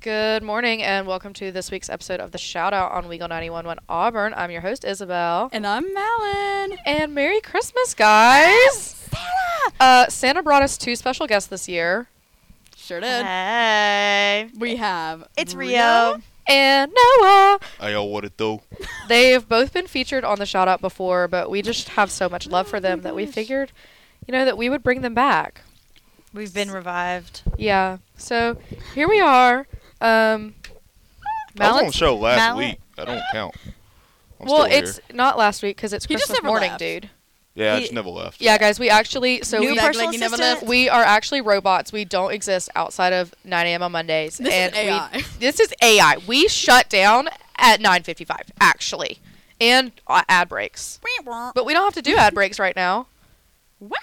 Good morning and welcome to this week's episode of the Shout Out on Weagle 911 Auburn. I'm your host, Isabel. And I'm Malin. And Merry Christmas, guys! Santa! Uh, Santa brought us two special guests this year. Sure did. Hey. We have It's Rio. And Noah! Hey, y'all, what it do? They've both been featured on the Shout Out before, but we just have so much Oh love for them that we figured, you know, that we would bring them back. We've been revived. Yeah. So here we are. Um, I was on Malin's- show last Mallet. week. I don't count. I'm well, still it's not last week because it's He just Christmas never morning, left. dude. here. Yeah, I he- just never left. Yeah, guys, we actually so New we back personal leg, you never assistant. we are actually robots. We don't exist outside of 9 a.m. on Mondays. This is and we- AI. this is AI. We shut down at 9:55 actually, and uh, ad breaks. But we don't have to do ad breaks right now. Wow.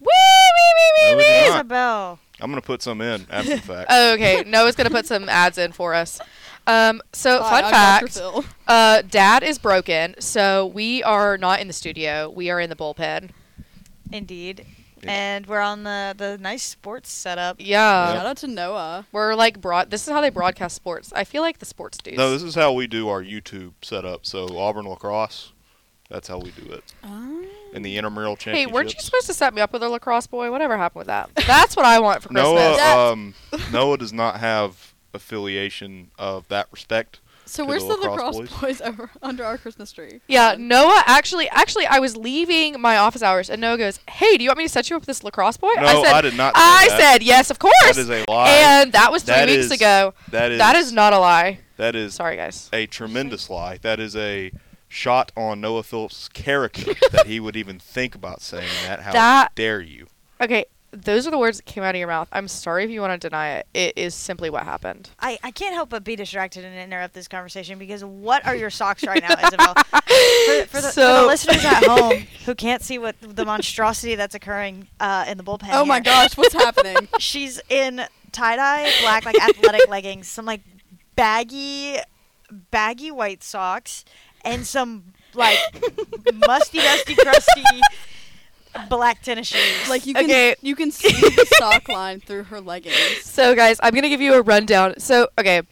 No, it's not. Isabel. I'm gonna put some in after the fact. Okay, Noah's gonna put some ads in for us. Um, so Hi, fun I'm Dr. fact: Phil. uh, Dad is broken, so we are not in the studio. We are in the bullpen. Indeed. Yeah. And we're on the, the nice sports setup. Yeah. Shout out to Noah. We're like broad. This is how they broadcast sports. I feel like the sports dudes. no, this is how we do our YouTube setup. So Auburn lacrosse, that's how we do it. In the intramural hey, championships. weren't you supposed to set me up with a lacrosse boy? Whatever happened with that? That's what I want for Christmas. Noah, That's- um, Noah does not have affiliation of that respect. So To where's the the lacrosse lacrosse boys, over under our Christmas tree? yeah, Um, Noah actually actually I was leaving my office hours and Noah goes, "Hey, do you want me to set you up with this lacrosse boy?" No, I said I did not say I that. said, "Yes, of course." That is a lie. and that was 3 That weeks is- ago. that is that is not a lie. that is Sorry, guys. a tremendous lie. That is a shot on Noah Phillips' character that he would even think about saying that. How That- dare you? Okay, those are the words that came out of your mouth. I'm sorry if you want to deny it. It is simply what happened. I, I can't help but be distracted and interrupt this conversation because what are your socks right now, Isabel? For, for, the, for the So- listeners at home who can't see what the monstrosity that's occurring uh, in the bullpen. Oh my here, gosh, what's happening? She's in tie dye black like athletic leggings, some like baggy baggy white socks, and some like musty dusty crusty black tennis shoes. Like you can Okay. you can see the sock line through her leggings. So, guys, I'm going to give you a rundown. So, okay.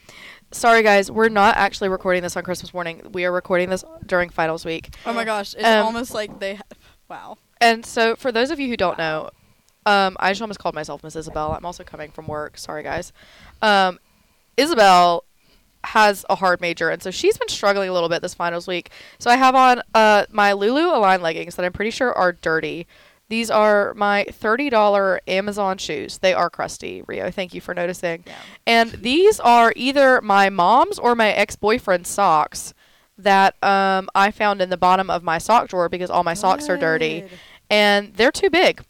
Sorry, guys. We're not actually recording this on Christmas morning. We are recording this during finals week. Oh my gosh, it's Um, almost like they. Ha- wow. And so, for those of you who don't know, um, I just almost called myself Miss Isabel. I'm also coming from work. Sorry, guys. Um, Isabel has a hard major, and so she's been struggling a little bit this finals week. So, I have on uh, my Lulu Align leggings that I'm pretty sure are dirty. These are my $30 Amazon shoes. They are crusty, Rio. Thank you for noticing. Yeah. And these are either my mom's or my ex boyfriend's socks that um, I found in the bottom of my sock drawer because all my socks are dirty Good. and they're too big.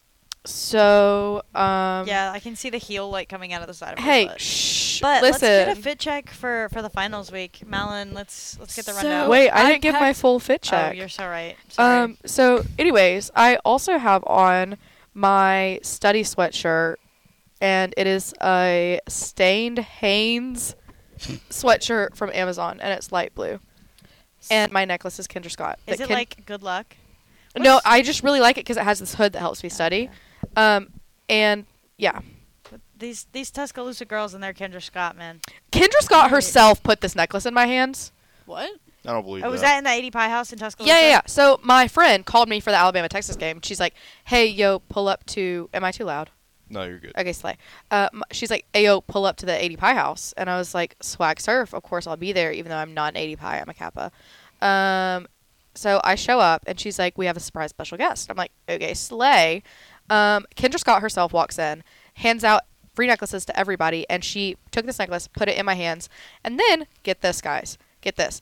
So, um, yeah, I can see the heel like coming out of the side of her hey, foot. shh, But let's listen. get a fit check for for the finals week, Malin. Let's let's get the So- rundown. Wait, I I didn't give my packed- full fit oh, check. you're so right. Sorry. um, so, anyways, I also have on my study sweatshirt, and it is a stained Hanes sweatshirt from Amazon, and it's light blue. And my necklace is Kendra Scott. is that it Ken- like good luck? No, What's- I just really like it because it has this hood that helps me study. Um, and yeah, These these Tuscaloosa girls and their Kendra Scott man. Kendra Scott Right. herself put this necklace in my hands. What? I don't believe Oh, was that that. in the eighty pie house in Tuscaloosa? Yeah, yeah, yeah. So my friend called me for the Alabama Texas game. She's like, "Hey, yo, pull up to." Am I too loud? No, you're good. Okay, Slay. Uh, m- she's like, "Hey, yo, pull up to the 80 Pi house," and I was like, "Swag surf, of course I'll be there, even though I'm not an 80 Pi, I'm a Kappa." Um, so I show up, and she's like, "We have a surprise special guest." I'm like, "Okay, Slay." Um, Kendra Scott herself walks in, hands out free necklaces to everybody, and she took this necklace, put it in my hands, and then get this, guys, get this.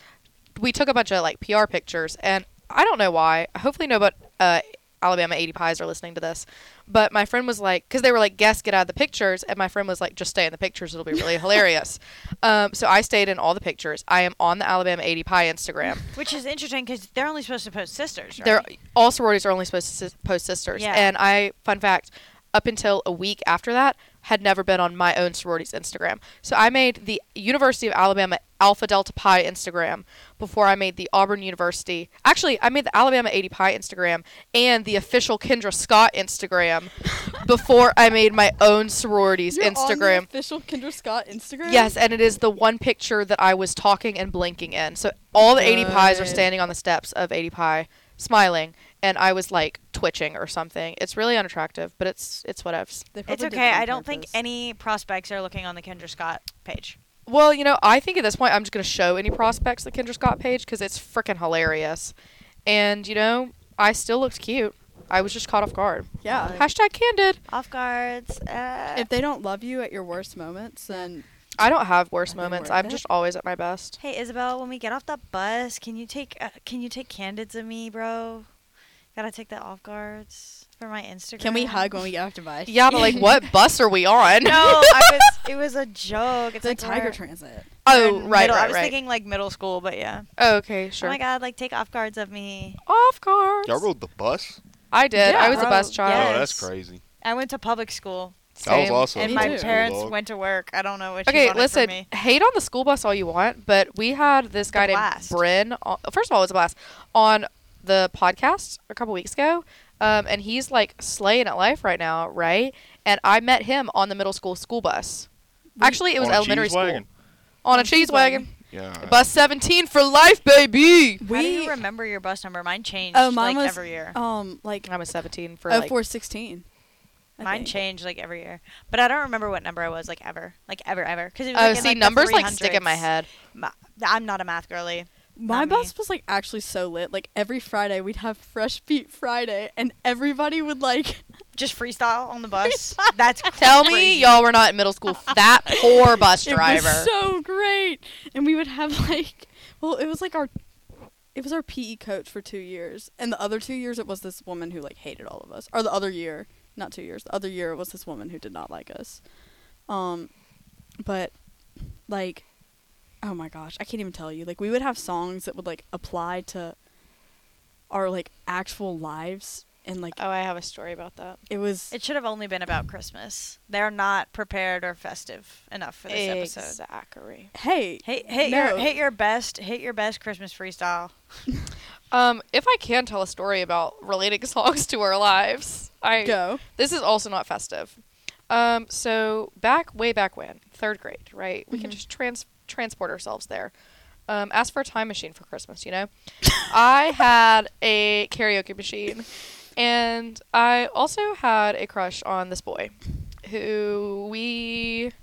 We took a bunch of like PR pictures, and I don't know why. Hopefully, no, but uh, Alabama 80 Pies are listening to this. But my friend was like, because they were like, guests get out of the pictures, and my friend was like, just stay in the pictures. It'll be really hilarious. Um, so I stayed in all the pictures. I am on the Alabama 80 Pie Instagram. Which is interesting because they're only supposed to post sisters, right? They're all sororities are only supposed to sis- post sisters. Yeah. And I, fun fact, up until a week after that, had never been on my own sorority's Instagram. So I made the University of Alabama Alpha Delta Pi Instagram before I made the Auburn University. Actually, I made the Alabama 80 Pi Instagram and the official Kendra Scott Instagram before I made my own sorority's You're on the Instagram. official Kendra Scott Instagram. Yes, and it is the one picture that I was talking and blinking in. So all the 80 pies are Good. standing on the steps of 80 pie, smiling, and I was like twitching or something. It's really unattractive, but it's it's whatevs. They It's probably did okay. it on I don't think purpose. any prospects are looking on the Kendra Scott page. Well, you know, I think at this point I'm just gonna show any prospects the Kendra Scott page because it's freaking hilarious, and you know I still looked cute. I was just caught off guard. Yeah. Hashtag candid. Off guards. Uh, If they don't love you at your worst moments, then I don't have worse Nothing moments. worth I'm it. just always at my best. hey Isabel, when we get off the bus, can you take uh, can you take candids of me, bro? Gotta take the off guards for my Instagram. can we hug when we get off device? Yeah, but like, what bus are we on? No, I was. It was a joke. It's It's a like tiger we're- transit. we're Oh, in right, middle- I right, was right. thinking like middle school, but yeah. okay, sure. Oh my god, like take off guards of me. Off guards. Y'all rode the bus? I did. Yeah, I was a bro. bus Oh, child. Yes. that's crazy. I went to public school, I was Same. also and Me my too. parents Bulldog. went to work. I don't know which. Okay, wanted listen. From me. Hate on the school bus all you want, but we had this guy named blast. Bryn. on- First of all, it was a blast on the podcast a couple weeks ago, um, and he's like slaying at life right now, right? And I met him on the middle school school bus. Actually, it was On a elementary cheese school wagon. on a cheese wagon. Yeah. all right. Bus seventeen for life, baby. How do you remember your bus number? Mine changed Oh, mine like was- every year. um like I was seventeen for oh like. four sixteen. Mine changed like every year, but I don't remember what number I was like ever, like ever, ever. Because Oh, see, numbers like stick in my head. I'm not a math girly. My Not bus me. was like actually so lit. Like every Friday we'd have Fresh Beat Friday, and everybody would like Just freestyle on the bus. That's Tell me, crazy. y'all were not in middle school. f- That poor bus driver. It was so great, and we would have like well, it was like our it was our PE coach for two years, and the other two years it was this woman who like hated all of us. Or the other year, not two years, the other year it was this woman who did not like us. Um, but like, oh my gosh, I can't even tell you. Like we would have songs that would like apply to our like actual lives, and like Oh, I have a story about that. it was It should have only been about Christmas. They're not prepared or festive enough for this episode. Zachary. hey Hit, hit No. your hit your best hit your best Christmas freestyle. Mm, Um, if I can tell a story about relating songs to our lives, I go this is also not festive. Um, so back way back when third grade, right? We can just trans transport ourselves there. Um, ask for a time machine for Christmas, you know. I had a karaoke machine, and I also had a crush on this boy, who we,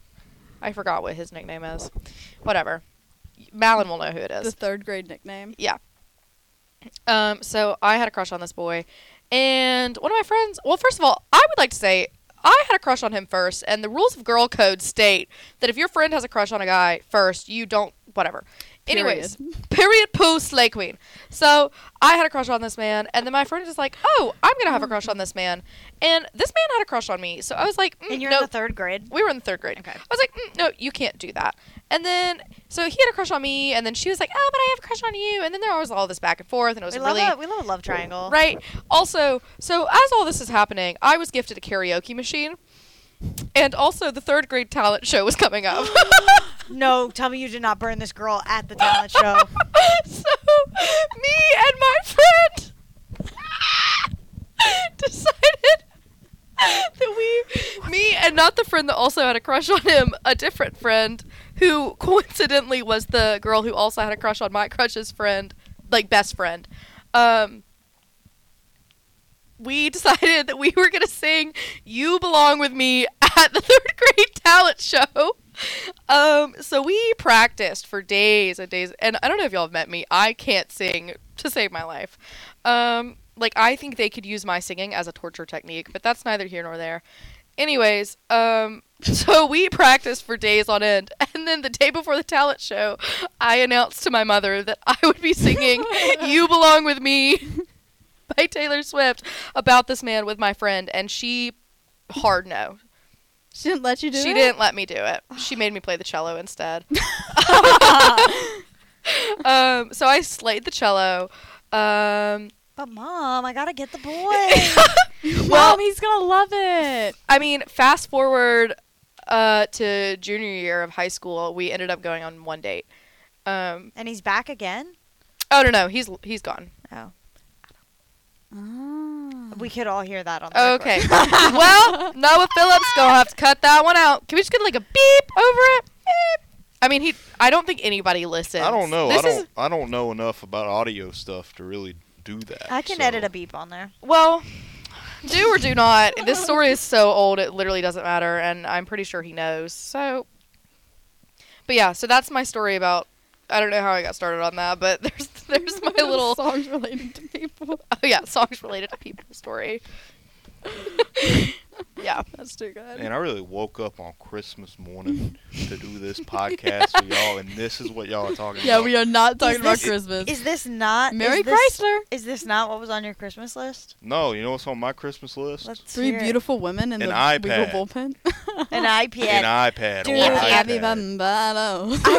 I forgot what his nickname is, whatever. Malin will know who it is. the third grade nickname. Yeah. Um, so I had a crush on this boy, and one of my friends. Well, first of all, I would like to say I had a crush on him first, and the rules of girl code state that if your friend has a crush on a guy first, you don't whatever. Anyways, period. Poo slay queen. So I had a crush on this man, and then my friend is like, "Oh, I'm gonna have a crush on this man," and this man had a crush on me. So I was like, mm, and you're no, in the third grade. we were in the third grade. Okay. I was like, mm, no, you can't do that. And then, so he had a crush on me, and then she was like, oh, but I have a crush on you. And then there was all this back and forth, and it was We love really a, we love a love triangle. right. Also, so as all this is happening, I was gifted a karaoke machine, and also the third grade talent show was coming up. No, tell me you did not burn this girl at the talent show. so me and my friend decided that we me and not the friend that also had a crush on him a different friend who coincidentally was the girl who also had a crush on my crush's friend like best friend um we decided that we were going to sing You Belong With Me at the third grade talent show. Um, so we practiced for days and days. And I don't know if y'all have met me. I can't sing to save my life. Um, like, I think they could use my singing as a torture technique, but that's neither here nor there. Anyways, um, so we practiced for days on end. And then the day before the talent show, I announced to my mother that I would be singing You Belong With Me by Taylor Swift about this man with my friend, and she hard no. She didn't let you do it. she didn't let me do it. She made me play the cello instead. um, so I slayed the cello. Um, But mom, I gotta get the boy. Mom, he's gonna love it. I mean, fast forward uh, to junior year of high school, we ended up going on one date. Um, And he's back again. oh no, no, he's he's gone. Oh, Ah. we could all hear that on. The Okay. record. well, Noah Phillips gonna have to cut that one out. Can we just get like a beep over it? Beep. I mean, he. I don't think anybody listens. I don't know. This I don't. Is, I don't know enough about audio stuff to really do that. I can so- edit a beep on there. well, do or do not. This story is so old; it literally doesn't matter, and I'm pretty sure he knows. So, but yeah, so that's my story about. I don't know how I got started on that, but there's there's my little oh songs related to people. yeah songs related to people story. yeah. That's too good. And I really woke up on Christmas morning to do this podcast for y'all, and this is what y'all are talking yeah, about. we are not talking Is about this- Christmas. Is this not Merry is this, Chrysler. Is this not what was on your Christmas list? No, you know what's on my Christmas list? Let's Three hear it. beautiful women in An the iPad. Weaver bullpen. an An IPA. iPad. Dude, or an I Abby iPad.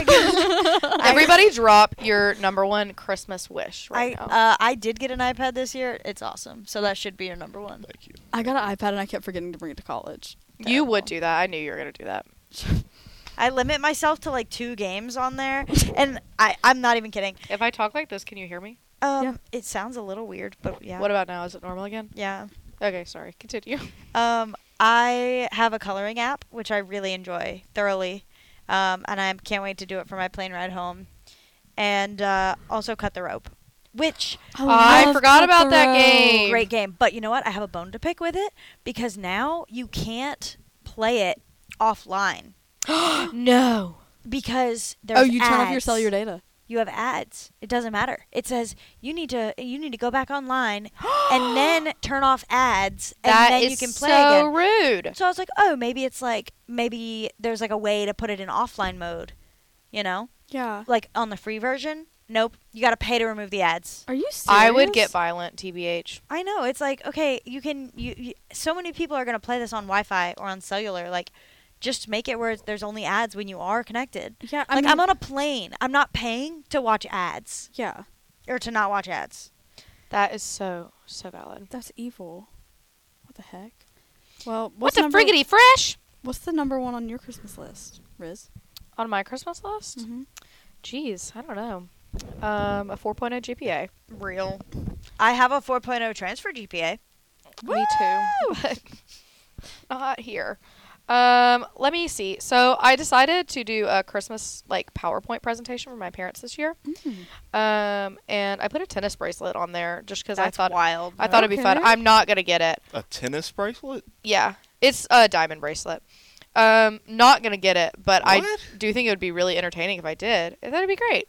Bambado. Everybody, drop your number one Christmas wish I right now. Oh. uh, I did get an iPad this year. It's awesome. So that should be your number one. Thank you. I got an iPad and I kept forgetting to bring it to college. You would do that. I knew you were gonna do that. I limit myself to like two games on there, and I I'm not even kidding. If I talk like this, can you hear me? Um, Yeah. it sounds a little weird, but yeah. What about now? Is it normal again? yeah. Okay, sorry. Continue. Um, I have a coloring app which I really enjoy thoroughly, um, and I can't wait to do it for my plane ride home, and uh, also cut the rope, which I love forgot Cut about the that Rope. game. Oh, great game. But you know what? I have a bone to pick with it because now you can't play it offline no. because there's Oh, you turn off your ads. cellular data. you have ads. It doesn't matter. It says you need to you need to go back online and then turn off ads and That then is you can play so again. rude. So I was like, oh, maybe it's like maybe there's like a way to put it in offline mode, you know, Yeah. like on the free version. Nope, you got to pay to remove the ads. Are you serious? I would get violent, tbh. I know it's like okay, you can you, you so many people are gonna play this on Wi-Fi or on cellular, like. Just make it where there's only ads when you are connected. Yeah, I Like mean, I'm on a plane. I'm not paying to watch ads Yeah, or to not watch ads. That is so so valid. that's evil. What the heck? Well, What what's the number, friggity fresh? What's the number one on your Christmas list, Riz? On my Christmas list? Mm-hmm. Jeez, I don't know. Um, a 4.0 GPA. Real. I have a 4.0 transfer GPA. Me too. but Not here. Um, let me see. So I decided to do a Christmas like PowerPoint presentation for my parents this year. Mm-hmm. Um, and I put a tennis bracelet on there just because I That's thought wild. I thought it'd be fun. Okay. I'm not gonna get it. A tennis bracelet? Yeah, it's a diamond bracelet. Um, not gonna get it, but I What? do think it would be really entertaining if I did. That'd be great.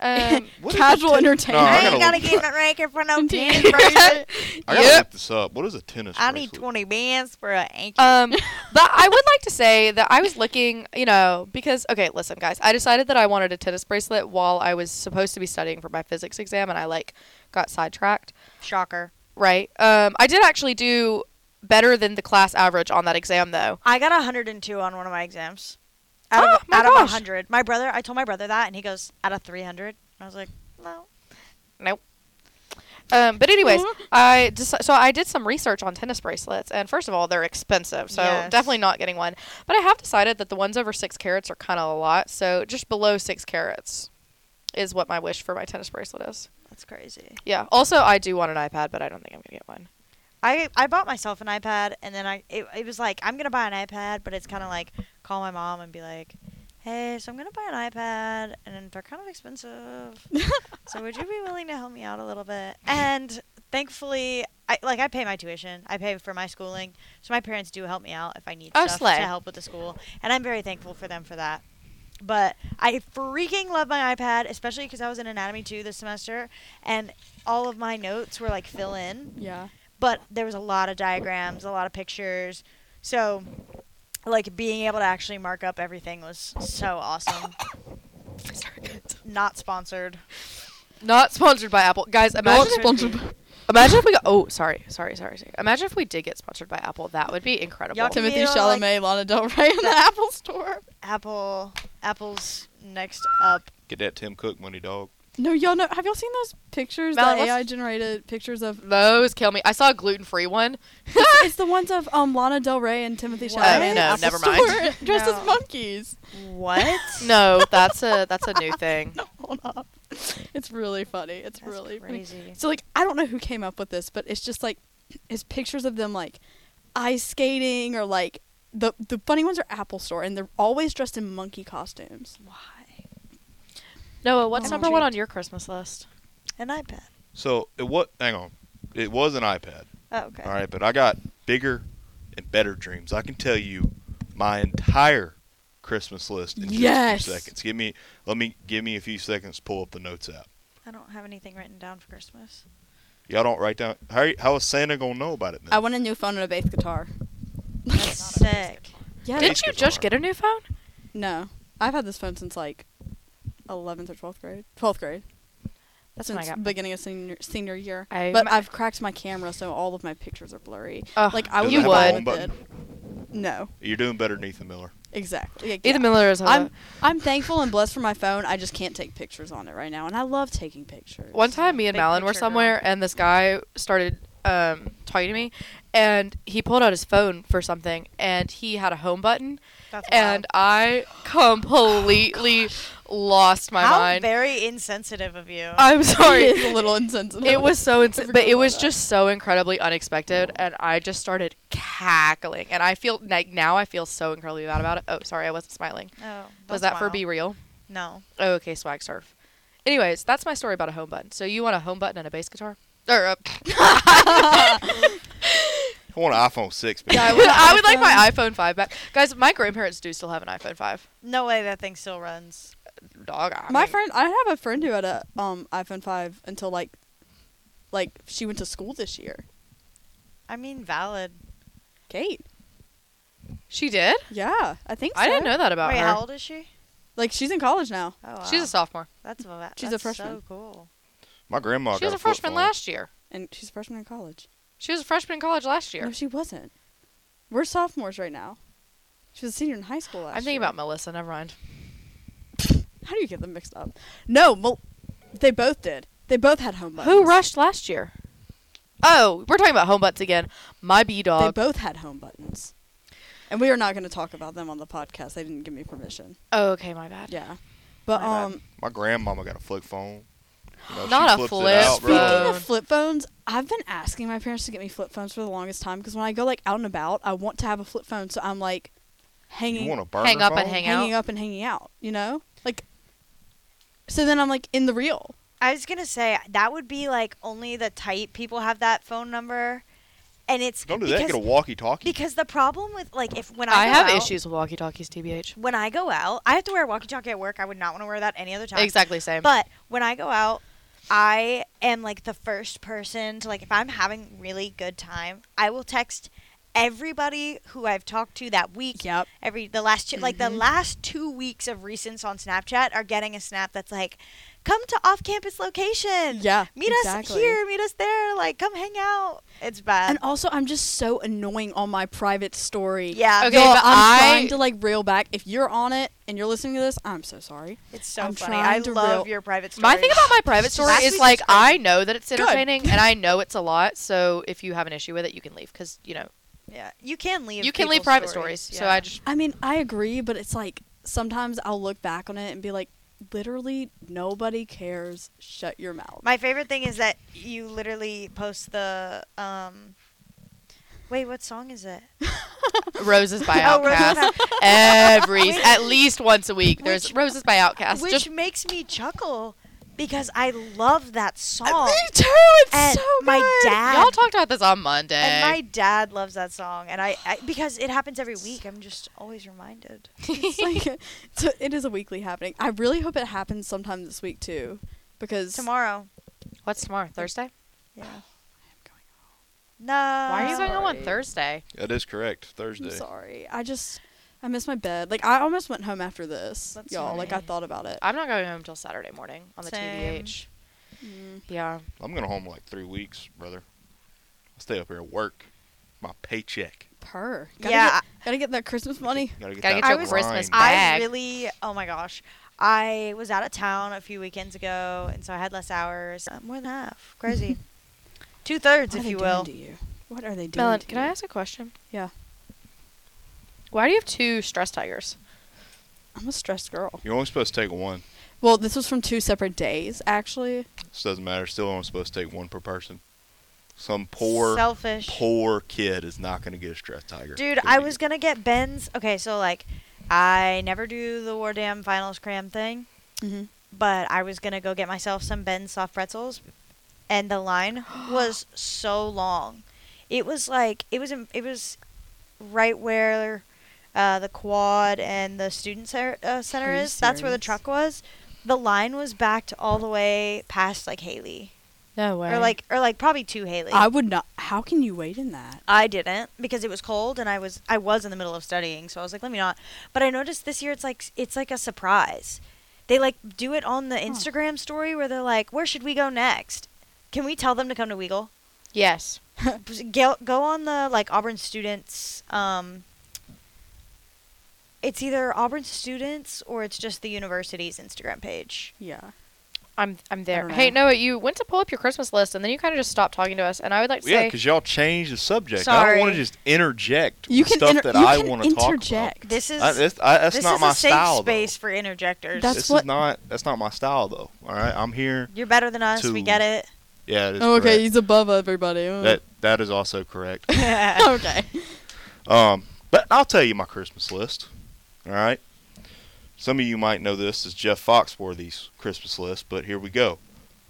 Um, What is a Casual ten- entertainment. I No, Oh, I ain't got gotta, to give it rank in front of Indeed. 10 bracelet. I gotta Yep. look this up. What is a tennis I bracelet? need 20 bands for an ankle. Um, but I would like to say that I was looking, you know, because okay, listen, guys, I decided that I wanted a tennis bracelet while I was supposed to be studying for my physics exam, and I like got sidetracked. Shocker. Right? Um, I did actually do better than the class average on that exam, though. I got a 102 on one of my exams. Out Oh, of, my out of a gosh. 100. My brother, I told my brother that, and he goes, out of 300. I was like, no. Nope. Um, but anyways, I just so I did some research on tennis bracelets, and first of all, they're expensive, so Yes. definitely not getting one. But I have decided that the ones over six carats are kind of a lot, so just below six carats is what my wish for my tennis bracelet is. That's crazy. Yeah. Also, I do want an iPad, but I don't think I'm gonna get one. I, I bought myself an iPad, and then I it, it was like, I'm going to buy an iPad, but it's kind of like, call my mom and be like, hey, so I'm going to buy an iPad, and they're kind of expensive. so would you be willing to help me out a little bit? And thankfully, I like I pay my tuition, I pay for my schooling, so my parents do help me out if I need Oh, stuff slay. to help with the school, and I'm very thankful for them for that. But I freaking love my iPad, especially because I was in anatomy two this semester, and all of my notes were like fill in Yeah. but there was a lot of diagrams, a lot of pictures. So, like being able to actually mark up everything was so awesome. Not sponsored. Not sponsored by Apple, guys. Imagine, if, imagine if we got. Oh, sorry, sorry, sorry, sorry. Imagine if we did get sponsored by Apple. That would be incredible. Y'all can- Timothy You know, like- Chalamet, Lana Del Rey in the Apple Store. Apple. Apple's next up. Get that Tim Cook money, dog. No, y'all know. Have y'all seen those pictures? Mallory, the what's- AI generated pictures of. Those kill me. I saw a gluten free one. it's, it's the ones of um Lana Del Rey and Timothy What? Chalamet. no, at the Uh, never mind. store, dressed No. as monkeys. What? No, that's a that's a new thing. Hold up. It's really funny. It's That's really funny. crazy. So like I don't know who came up with this, but it's just like it's pictures of them like ice skating or like the the funny ones are Apple Store and they're always dressed in monkey costumes. Why? Noah, what's Oh. number one on your Christmas list? An iPad. So it what? Hang on, it was an iPad. Oh, okay. All right, but I got bigger and better dreams. I can tell you my entire Christmas list in Yes. just a few seconds. Give me, let me give me a few seconds. to Pull up the notes app. I don't have anything written down for Christmas. Y'all don't write down. How how is Santa gonna know about it? Then? I want a new phone and a bass guitar. That's sick. Yeah. Didn't you just get a new phone? No. I've had this phone since like 11th or 12th grade. 12th grade. That's since when I got. beginning of senior, senior year. I- but my- I've cracked my camera so all of my pictures are blurry. Ugh, like I Does it would have a have been home button? No. You're doing better, than Ethan Miller. Exactly. Yeah, Ethan yeah. Miller is. I'm I'm thankful and blessed for my phone. I just can't take pictures on it right now, and I love taking pictures. One time, me and Big Malin were picture somewhere, and this guy started um, talking to me, and he pulled out his phone for something, and he had a home button, That's and I completely lost my Oh, How mind. very insensitive of you. I'm Sorry, sorry. it's a little insensitive. It was so insane, forgot but it about was that. just so incredibly unexpected, and I just started cackling, and I feel like now I feel so incredibly bad about it. Oh, sorry, I wasn't smiling. oh, Was that's that for wild. be real? No. Oh, okay, swag surf. Anyways, that's my story about a home button. So you want a home button and a bass guitar? Or uh, I want an iPhone six. baby. yeah, I would, I would like my iPhone five back, guys. My grandparents do still have an iPhone five. No way that thing still runs. Dog. I my mean- friend. I have a friend who had a um iPhone five until like, like she went to school this year. I mean, valid. Kate. She did. Yeah, I think. So. I didn't know that about Wait, her. how old is she? Like she's in college now. Oh, wow. She's a sophomore. That's va- She's a that's freshman. So cool. My grandma. she was got a freshman flip phone. last year. and she's a freshman in college. She was a freshman in college last year. No, she wasn't. We're sophomores right now. She was a senior in high school last I'm thinking year. about Melissa. Never mind. How do you get them mixed up? No, Mel- they both did. They both had home buttons. Who rushed last year? Oh, we're talking about home butts again. My B They dog. both had home buttons. And we are not going to talk about them on the podcast. They didn't give me permission. oh, okay, my bad. Yeah. But My bad. um My grandmama got a flip phone. You know, she Not a flips it flip out, speaking bro. phone. of flip phones, I've been asking my parents to get me flip phones for the longest time because when I go like out and about, I want to have a flip phone so I'm like You hanging want a burner Hang up phone? and hang out. hanging up and hanging out, you know? Like so then I'm like in the real. I was gonna say that would be like only the tight people have that phone number, and it's Don't do because, that. Get a walkie-talkie. because the problem with like if when I, I go have out- issues with walkie talkies, tbh. when I go out, I have to wear a walkie-talkie at work. I would not want to wear that any other time. Exactly same. But when I go out, I am like the first person to like if I'm having really good time, I will text everybody who I've talked to that week. Yep. Every the last two, like the Mm-hmm. last two weeks of recents on Snapchat are getting a snap that's like, come to off-campus location. Yeah. Meet exactly. us here. Meet us there. Like come hang out. It's bad. And also I'm just so annoying on my private story. yeah. Okay, Y'all, but I'm I- trying to like reel back. If you're on it and you're listening to this, I'm so sorry. It's so I'm funny. trying I to love real- your private stories. My thing about my private story Last is week like was great. I know that it's Good. entertaining and I know it's a lot. So if you have an issue with it, you can leave because you know yeah, you can leave. you can leave people's private stories. So yeah. I just I mean, I agree, but it's like sometimes I'll look back on it and be like, literally nobody cares. Shut your mouth. My favorite thing is that you literally post the um. Wait, what song is it? roses by Oh, Roses by Outcast every at least once a week. There's Which- roses by Outcast. Which Just makes me chuckle because I love that Uh, Oh. song. too. It's And my dad y'all talked about this on Monday. and my dad loves that song, and I, I because it happens every week. I'm just always reminded. It's like, so it is a weekly happening. I really hope it happens sometime this week too, because Tomorrow. What's tomorrow? Thursday? Yeah. going No. Why are you going home on sorry. Thursday? That is correct. Thursday. I'm sorry. I just I miss my bed. Like I almost went home after this, That's y'all. Like I funny. thought about it. I'm not going home till Saturday morning on the Same. TBH. Mm. Yeah. I'm going to home in like three weeks, brother. I'll stay up here at work. My paycheck. Purr. Gotta Yeah. Get, gotta get that Christmas money. Gotta get, Gotta that get your I was- Christmas grind. back. I really, oh my gosh, I was out of town a few weekends ago, and so I had less hours. Uh, more than half. Crazy. Two thirds, What are if they you doing will. to you? What are they doing? Melon, to can I you? ask a question? Yeah. Why do you have two stress tigers? I'm a stressed girl. You're only supposed to take one. Well, this was from two separate days, actually. So it doesn't matter. Still only supposed to take one per person. Some poor, Selfish. poor kid is not going to get a stress tiger. Dude, Could I be. was gonna get Ben's. Okay, so like, I never do the War Damn Finals cram thing, Mm-hmm. but I was gonna go get myself some Ben's soft pretzels, and the line was so long. It was like it was in, it was right where uh, the quad and the student center, uh, center Are you is. That's where the serious? truck was. The line was backed all the way past like Haley, No way. or like or like probably two Haley. I would not. How can you wait in that? I didn't because it was cold and I was I was in the middle of studying, so I was like, let me not. But I noticed this year it's like it's like a surprise. They like do it on the Instagram story where they're like, where should we go next? Can we tell them to come to Weagle? yes. Go, go on the like Auburn students. Um, it's either Auburn students or it's just the university's Instagram page. Yeah. I'm I'm there. don't Hey, know. Noah, you went to pull up your Christmas list and then you kind of just stopped talking to us. And I would like to Yeah, say, because y'all changed the subject. I don't Sorry. want to just interject You with can stuff inter- that you I can want to talk about. interject. This is I, that's I, Uh, that's this not is my a safe style. space Though. for interjectors. That's This is what- not. That's not my style, though. All right, I'm here. You're better than us. We To- get it. Yeah, it is Oh, okay, correct. he's above everybody. Oh. That that is also correct. okay. Um, but I'll tell you my Christmas list. All right. Some of you might know this as Jeff Foxworthy's Christmas list, but here we go.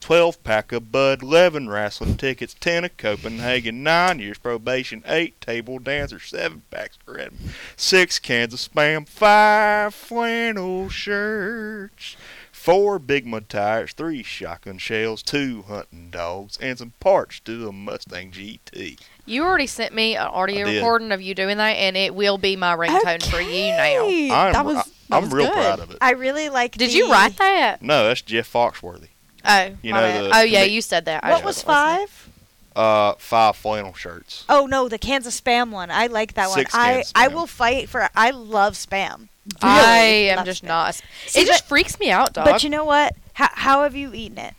12 pack of Bud, 11 wrestling tickets, 10 of Copenhagen, 9 years probation, 8 table dancer, 7 packs of red, 6 cans of spam, 5 flannel shirts, 4 Big Mud tires, 3 shotgun shells, 2 hunting dogs, and some parts to a Mustang GT. you already sent me an audio I did. recording of you doing that, and it will be my ringtone for you now. Okay, I'm, that was, that I'm was real good. proud of it. I really like. Did the, you write that? No, that's Jeff Foxworthy. Oh, You my know, bad. the oh yeah, commi- you said that. I What just was wasn't listening. five? Uh, five flannel shirts. Oh no, the Kansas spam one. I like that one. Six I cans I spam. will fight for. I love spam. I Really am love just spam. not. See, it just freaks me out, dog. But you know what? How, how have you eaten it?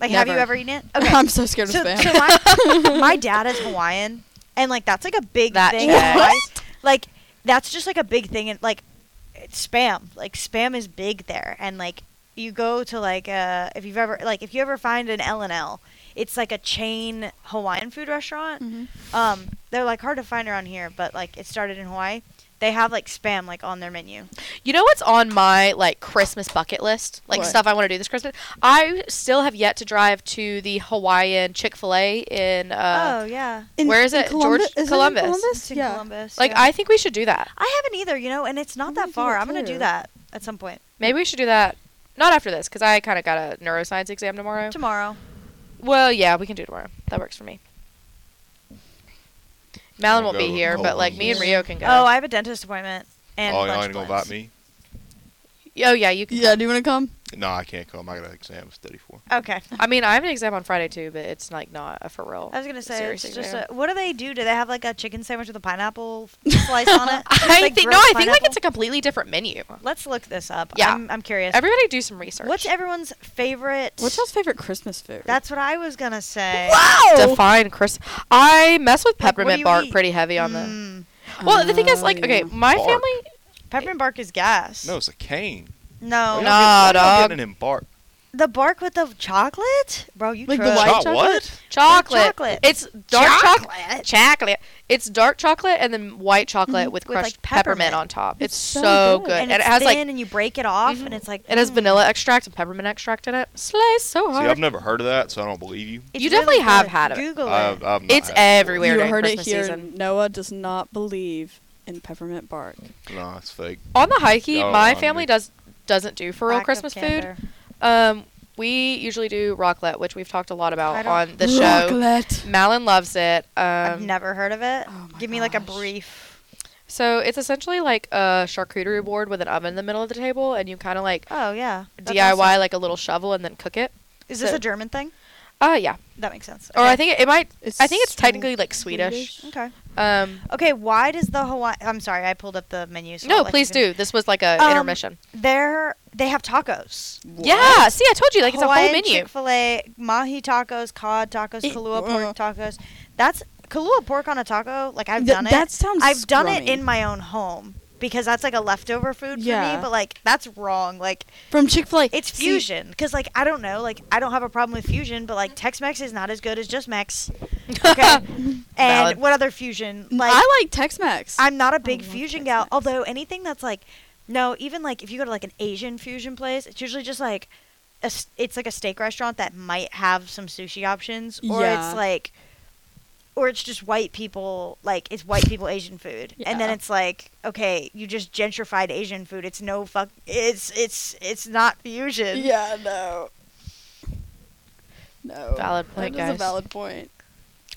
Like, have you Never. ever eaten it? Okay. I'm so scared of so, spam. so my, my dad is Hawaiian, and like that's like a big That thing. in checks. Hawaii. Like that's just like a big thing, and like it's spam. Like spam is big there, and like you go to like uh if you've ever like if you ever find an L and L, it's like a chain Hawaiian food restaurant. Mhm. Um, they're like hard to find around here, but like it started in Hawaii. They have like spam like on their menu. You know what's on my like Christmas bucket list? Like What? stuff I want to do this Christmas. I still have yet to drive to the Hawaiian Chick Fil A in. Uh, oh yeah, In- where is in it? Columbu- George- is it in Columbus. it's Columbus? in Yeah. Columbus. Like Oh, yeah. I think we should do that. I haven't either, you know, and it's not I'm that gonna do far. that I'm gonna do too. that at some point Maybe we should do that. Not after this, because I kind of got a neuroscience exam tomorrow. tomorrow. Well, yeah, we can do tomorrow. That works for me. Malin I'll won't be go here, with but like Columbuses. me and Rio can go. Oh, I have a dentist appointment. And oh, y'all lunch ain't gonna plans. invite me? oh yeah, you can. yeah, do you want to come? No, I can't come. I got an exam to study for. Okay. I mean, I have an exam on Friday too, but it's like not a for real. I was gonna say serious it's just exam. a, what do they do? Do they have like a chicken sandwich with a pineapple slice on it? I Like, think no, grilled I think like it's pineapple? a completely different menu. Let's look this up. Yeah. I'm, I'm curious. Everybody do some research. What's everyone's favorite? What's your favorite Christmas food? That's what I was gonna say. wow. define Chris? I mess with Like, what do peppermint you bark eat? pretty heavy on the. Mm, Well, the thing is, Oh, like, okay, yeah. my Bark. family. peppermint bark is gas. No, it's a cane. No. Y'all Oh, No. getting- y'all dog. Getting in bark. The bark with the chocolate, bro. You Like the trust. white Chop- chocolate? what? Chocolate. chocolate. It's dark chocolate. Chocolate. It's dark chocolate and then white chocolate with Mm, With, like, crushed peppermint. peppermint. on top. It's, It's so, so good, good. and, and, it it's has thin, like and you break it off, Mhm. and it's like it has mm. vanilla extract and peppermint extract in it. Slice so See, hard. I've never heard of that, so I don't believe you. It's You definitely have good. had it. Google I've, it. I've not it's had it. everywhere you during heard Christmas it here. season. Noah does not believe in peppermint bark. No, it's fake. On the hikey, Y'all my on family me. does doesn't do for real Lack of Christmas food. candor. Um, we usually do raclette, which we've talked a lot I about don't- on the show. Chocolate. Malin loves it. Um, I've never heard of it. Oh my Give me like a gosh. brief. So it's essentially like a charcuterie board with an oven in the middle of the table, and you kind of like Oh yeah. That's DIY awesome. like a little shovel and then cook it. Is this so- a German thing? Uh, yeah. That makes sense. Or I think it, it might. It's I think it's Swe- technically like Swedish. Okay. Um, Okay, why does the Hawaii? I'm sorry, I pulled up the menu. So I'll no, let please you do. This was like a Um, intermission. They're they have tacos. What? Yeah. See, I told you. Like it's a whole menu. Chick Fil A, mahi tacos, cod tacos, It- Kahlua uh. pork tacos. That's Kahlua pork on a taco. Like I've Th- done it. That sounds. I've done it scrummy. in my own home because that's like a leftover food for Yeah. me. But like that's wrong. Like from Chick Fil A. it's fusion because like I don't know. Like I don't have a problem with fusion, but like Tex Mex is not as good as just Mex. Okay. Valid. and what other fusion? Like I like Tex Mex. I'm not a I big love fusion gal, Tex-Mex. although anything that's like, no, even like if you go to like an Asian fusion place, it's usually just like, a, s- it's like a steak restaurant that might have some sushi options, or Yeah. it's like, or it's just white people, like it's white people Asian food, and then Yeah. it's like, okay, you just gentrified Asian food. It's no fuck. It's it's it's not fusion. Yeah, no. No. Valid point, That is guys. a valid point.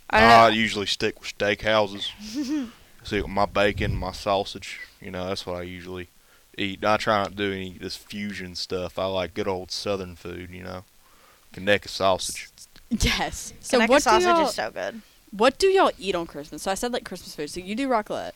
I don't I know. usually stick with steak houses. See, with my bacon, my sausage. You know, that's what I usually eat. I try not to do any of this fusion stuff. I like good old Southern food. You know, Kaneka sausage. Yes. So So what do sausage y'all is so good. what do y'all eat on Christmas? So I said like Christmas food. So you do raclette.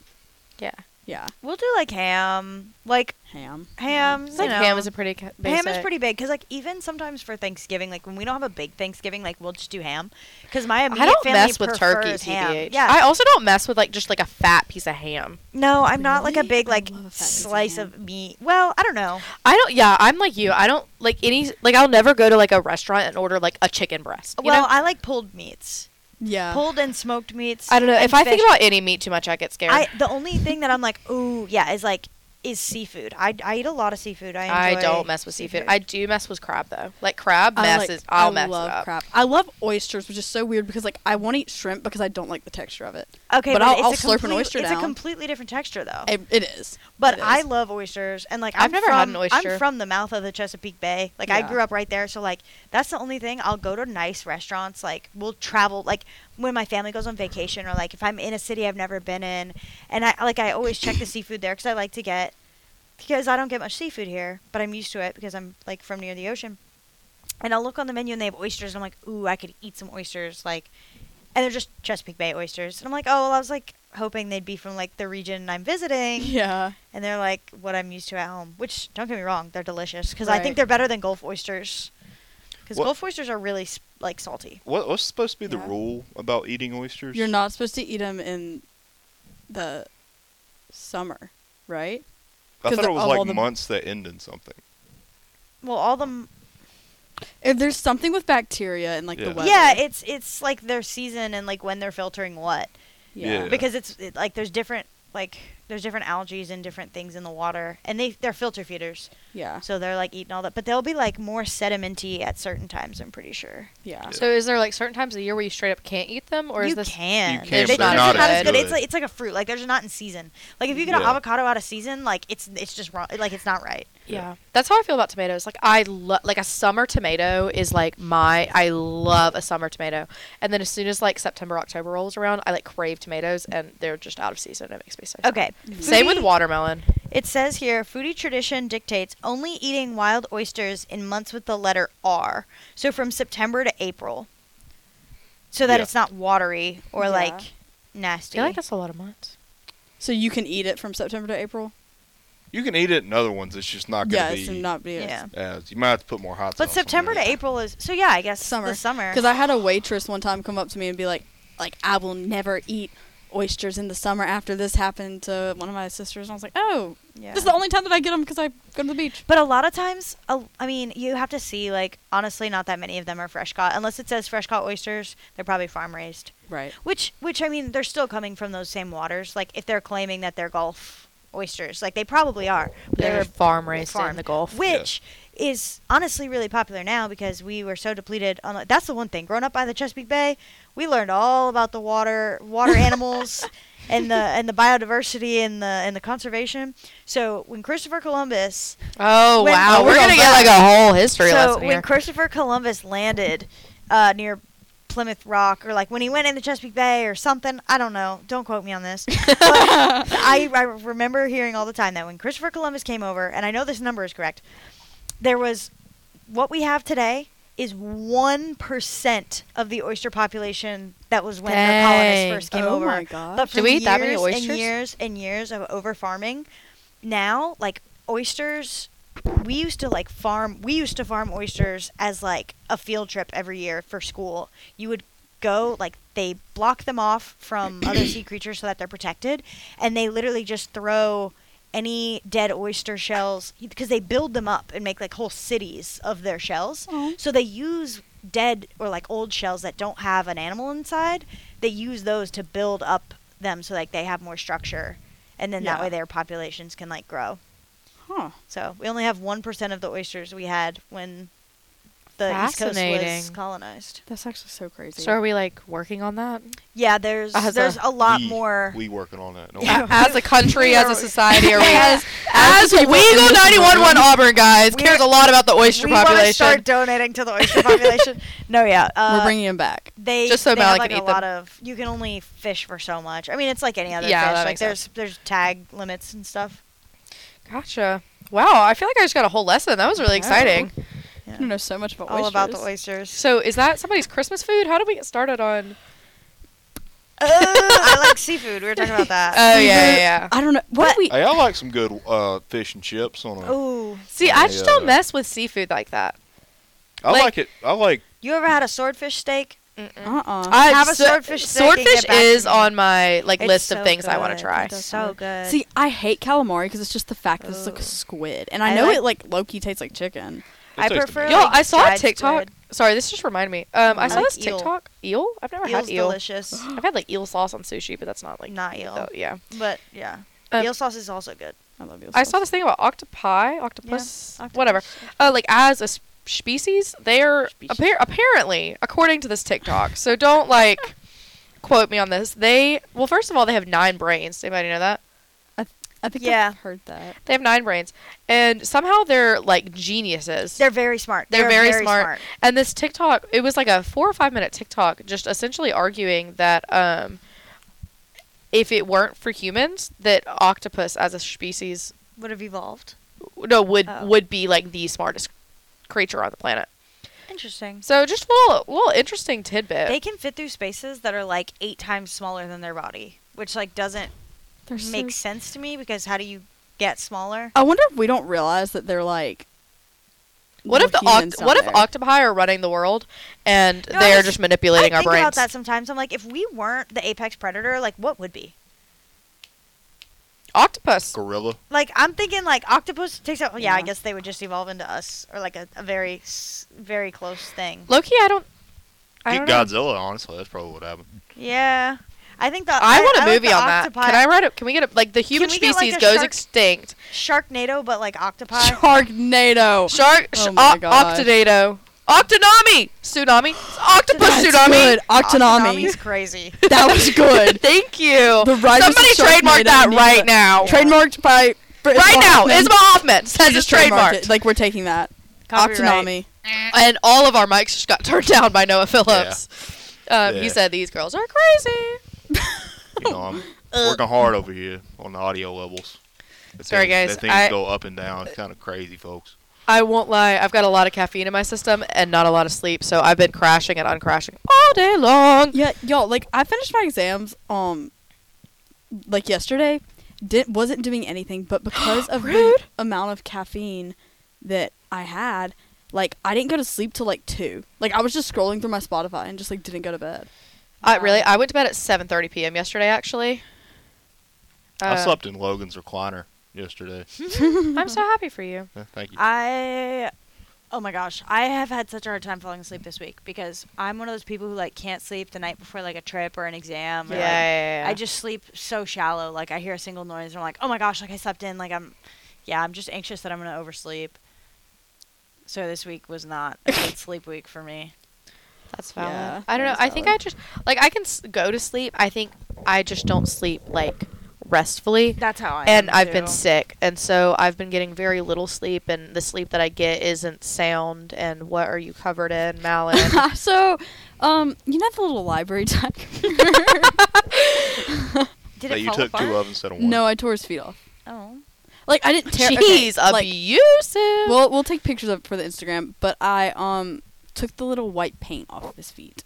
Yeah. Yeah. We'll do like ham, like Ham. ham. It's you like know. ham is a pretty ca- basic. Ham is pretty big because, like, even sometimes for Thanksgiving, like when we don't have a big Thanksgiving, like we'll just do ham. Because my immediate I don't family mess with turkey, prefers tbh. ham. Yeah. Yeah, I also don't mess with like just like a fat piece of ham. no, I'm not like a Really? big I like love a fat piece of slice ham. of meat. Well, I don't know. I don't. Yeah, I'm like you. I don't like any. Like I'll never go to like a restaurant and order like a chicken breast. You well, know? I like pulled meats, Yeah. pulled and smoked meats. I don't know. and If I think fish. about any meat too much, I get scared. I the only thing that I'm like, ooh, yeah, is like is seafood. I, I eat a lot of seafood. I I enjoy don't mess with seafood. I do mess with crab though. Like crab I messes. like- I'll I mess love it up. crap. I love oysters, which is so weird because like I want to eat shrimp because I don't like the texture of it. okay, but but, I'll- it's I'll slurp a an complete- oyster It's down. a completely different texture though. It, it is. Oh. But It I is. love oysters, and like I'm I've never had from- an oyster. I'm from the mouth of the Chesapeake Bay. Like I Yeah. grew up right there, so like that's the only thing. I'll go to nice restaurants. Like we'll travel. Like when my family goes on vacation, or like if I'm in a city I've never been in, and I like I always check the seafood there because I like to get because I don't get much seafood here, but I'm used to it because I'm like from near the ocean. And I'll look on the menu and they have oysters. And I'm like, ooh, I could eat some oysters. Like, and they're just Chesapeake Bay oysters. And I'm like, oh, well, I was like hoping they'd be from like the region I'm visiting Yeah. and they're like what I'm used to at home. Which don't get me wrong, they're delicious because I Right. think they're better than Gulf oysters. Because What- Gulf oysters are really s- like salty. What, what's supposed to be the Yeah. rule about eating oysters? You're not supposed to eat them in the summer, right? I 'cause thought it was of all like the- months that end in something. Well, all them. If there's something with bacteria and like Yeah. the weather. Yeah, it's it's like their season and like when they're filtering what. Yeah. Because it's it, like there's different like there's different algae and different things in the water, and they they're filter feeders, Yeah. so they're like eating all that. But they'll be like more sedimenty at certain times. I'm pretty sure. Yeah. So is there like certain times of the year where you straight up can't eat them, or you is this? can. You can, they but they're just not not as as good. good. It's like it's like a fruit. Like they're just not in season. Like if you get an Yeah. avocado out of season, like it's it's just wrong. Like it's not right. Yeah, that's how I feel about tomatoes. Like I love like a summer tomato is like my I love a summer tomato, and then as soon as like September October rolls around, I like crave tomatoes, and they're just out of season. It makes me so sad. Okay. Same with Foodie- watermelon. It says here, foodie tradition dictates only eating wild oysters in months with the letter R. So from September to April. So that Yeah. it's not watery or Yeah. like I nasty. feel like that's a lot of months. So you can eat it from September to April. You can eat it in other ones. It's just not going to yes, be and not be yeah. as. You might have to put more hot sauce. But September on to it. April is so yeah, I guess Summer. the summer. Because I had a waitress one time come up to me and be like, like I will never eat oysters in the summer after this happened to one of my sisters. And I was like, oh, yeah. this is the only time that I get them because I go to the beach. But a lot of times, a- I mean, you have to see, like, honestly, not that many of them are fresh caught. Unless it says fresh caught oysters, they're probably farm raised. Right. Which, which I mean, they're still coming from those same waters. Like, if they're claiming that they're Gulf oysters, like, they probably are. They were farm raised in farmed. the Gulf. which is honestly really popular now because we were so depleted. On the, that's the one thing. Growing up by the Chesapeake Bay, we learned all about the water, water animals, and the and the biodiversity and the and the conservation. So when Christopher Columbus, Oh When- wow, Oh, we're we're gonna going get like back. a whole history so lesson when here. Christopher Columbus landed uh, near Plymouth Rock, or like when he went in the Chesapeake Bay or something, I don't know. Don't quote me on this. I, I remember hearing all the time that when Christopher Columbus came over, and I know this number is correct, there was what we have today is 1% of the oyster population that was when the Dang. colonists first came oh over. my god. But Do for we years eat that many and oysters? years and years of over farming, now like oysters, we used to like farm. We used to farm oysters as like a field trip every year for school. You would go like they block them off from other sea creatures so that they're protected, and they literally just throw any dead oyster shells because they build them up and make like whole cities of their shells. oh, So they use dead or like old shells that don't have an animal inside. They use those to build up them so like they have more structure, and then that Yeah. way their populations can like grow. huh. So we only have one percent of the oysters we had when the East Coast was Fascinating. colonized. That's actually so crazy. So are we like working on that Yeah, there's As a- there's a, lot we, more. We working on that. No, Yeah. A- as a country, as a society, or we Yeah. as as people in Weagle this ninety one one room. Auburn guys We're- cares a lot about the oyster we want to population. start donating to the oyster population. no, yeah, uh, We're bringing him back. they Just so they Malik have, like can a eat lot of you can only fish for so much. I mean, it's like any other Yeah, that fish. Like makes there's sense. there's tag limits and stuff. Gotcha. Wow, I feel like I just got a whole lesson. That was really Wow. exciting. I don't know so much about All about the oysters. oysters. So, is that somebody's Christmas food? How did we get started on? Uh, I like seafood. We were talking about that. Oh yeah, yeah. yeah. I don't know. What But- Oh, do we? Hey, I like some good uh, fish and chips on Uh, a. Ooh, See, I just Yeah. don't mess with seafood like that. I like- like it. I like you ever had a swordfish steak? Uh uh I Uh-huh. Have a swordfish steak and get Swordfish back to is me. on my like It's list of so things I want good. to try. It's so good. See, I hate calamari because it's just the fact that it's like Ooh. squid, and I I know like- it like low key tastes like chicken. It I tastes prefer. amazing. Y'all, like, I saw a dried TikTok. squid. Sorry, this just reminded me. Um, I I saw like this eel. TikTok eel. I've never Eel's had eel. delicious, I've had like eel sauce on sushi, but that's not like Not eel. though- yeah. but yeah, Um, eel sauce is also good. I love you. I saw this thing about octopi, octopus, octopus, whatever. Uh, like as a s- species, they're Species. appar- apparently, according to this TikTok. so don't like quote me on this. They well, first of all, they have nine brains. Anybody know that? I think Yeah. I've heard that. They have nine brains, and somehow they're like geniuses. They're very smart. They're very smart. And this TikTok, it was like a four or five minute TikTok, just essentially arguing that um, if it weren't for humans, that octopus as a species, Would have evolved. no, would Oh. would be like the smartest creature on the planet. Interesting. So just a little, little interesting tidbit. They can fit through spaces that are like eight times smaller than their body, which like doesn't They're so- make sense to me because how do you get smaller? I wonder if we don't realize that they're like. what if the more humans oct- down what if there. octopi are running the world and No, I they're was- just manipulating I our think brains? about that sometimes. I'm like, if we weren't the apex predator, like what would be? Octopus. gorilla. Like I'm thinking like octopus takes out. Yeah, I Yeah. guess they would just evolve into us or like a, a very s- very close thing. Loki, I don't. I Get don't know. Godzilla. Honestly, that's probably what happened. Yeah, I think the I want a like movie the on octopi- that. Can I write it? Can we get a like the human we get, like, species a goes shark- extinct? Sharknado, but like octopi. Sharknado. Shark, Oh sh- my oc- gosh. Octonado. Octonami! Tsunami. It's Octopus That's tsunami! good. Octonomi's Octonami. crazy. that was good. Thank you. The writers of Somebody trademark Sharknado that need right to- now. Trademarked by. Fr- right Isma now. Hoffman. Isma Hoffman She says it's just trademarked it. trademarked. Like we're taking that. Copyright. Octonami. And all of our mics just got turned down by Noah Phillips. Um, Yeah. You said these girls are crazy. You know, I'm working hard over here on the audio levels. The Sorry, things- guys, The things I- go up and down. It's kind of crazy, folks. I won't lie. I've got a lot of caffeine in my system and not a lot of sleep, so I've been crashing and uncrashing all day long. Yeah, y'all. Like I finished my exams. Um, like yesterday, did wasn't doing anything, but because of the Rude. amount of caffeine that I had, like I didn't go to sleep till like two. Like I was just scrolling through my Spotify and just like didn't go to bed. I really. I went to bed at 7:30 p.m. yesterday. Actually, I Uh, slept in Logan's recliner yesterday. I'm so happy for you. Yeah, Thank you. I oh my gosh, I have had such a hard time falling asleep this week because I'm one of those people who like can't sleep the night before like a trip or an exam. or, Yeah, like, yeah, yeah. I just sleep so shallow. Like I hear a single noise and I'm like, oh my gosh, like I slept in. Like I'm, yeah, I'm just anxious that I'm gonna oversleep. So this week was not a good sleep week for me. That's valid. Yeah, I don't that know. is I think I valid. just like I can s- go to sleep. I think I just don't sleep like restfully. That's how I. and am, I've been too. sick, and so I've been getting very little sleep, and the sleep that I get isn't sound. And what are you covered in, Malin? Ah, so, um, you know the little library tiger. Did that it you fall took apart? two of instead of one. no, I tore his feet off. Oh. Like I didn't tear. okay, Jeez, like, abusive. We'll we'll take pictures of it for the Instagram, but I um took the little white paint off of his feet.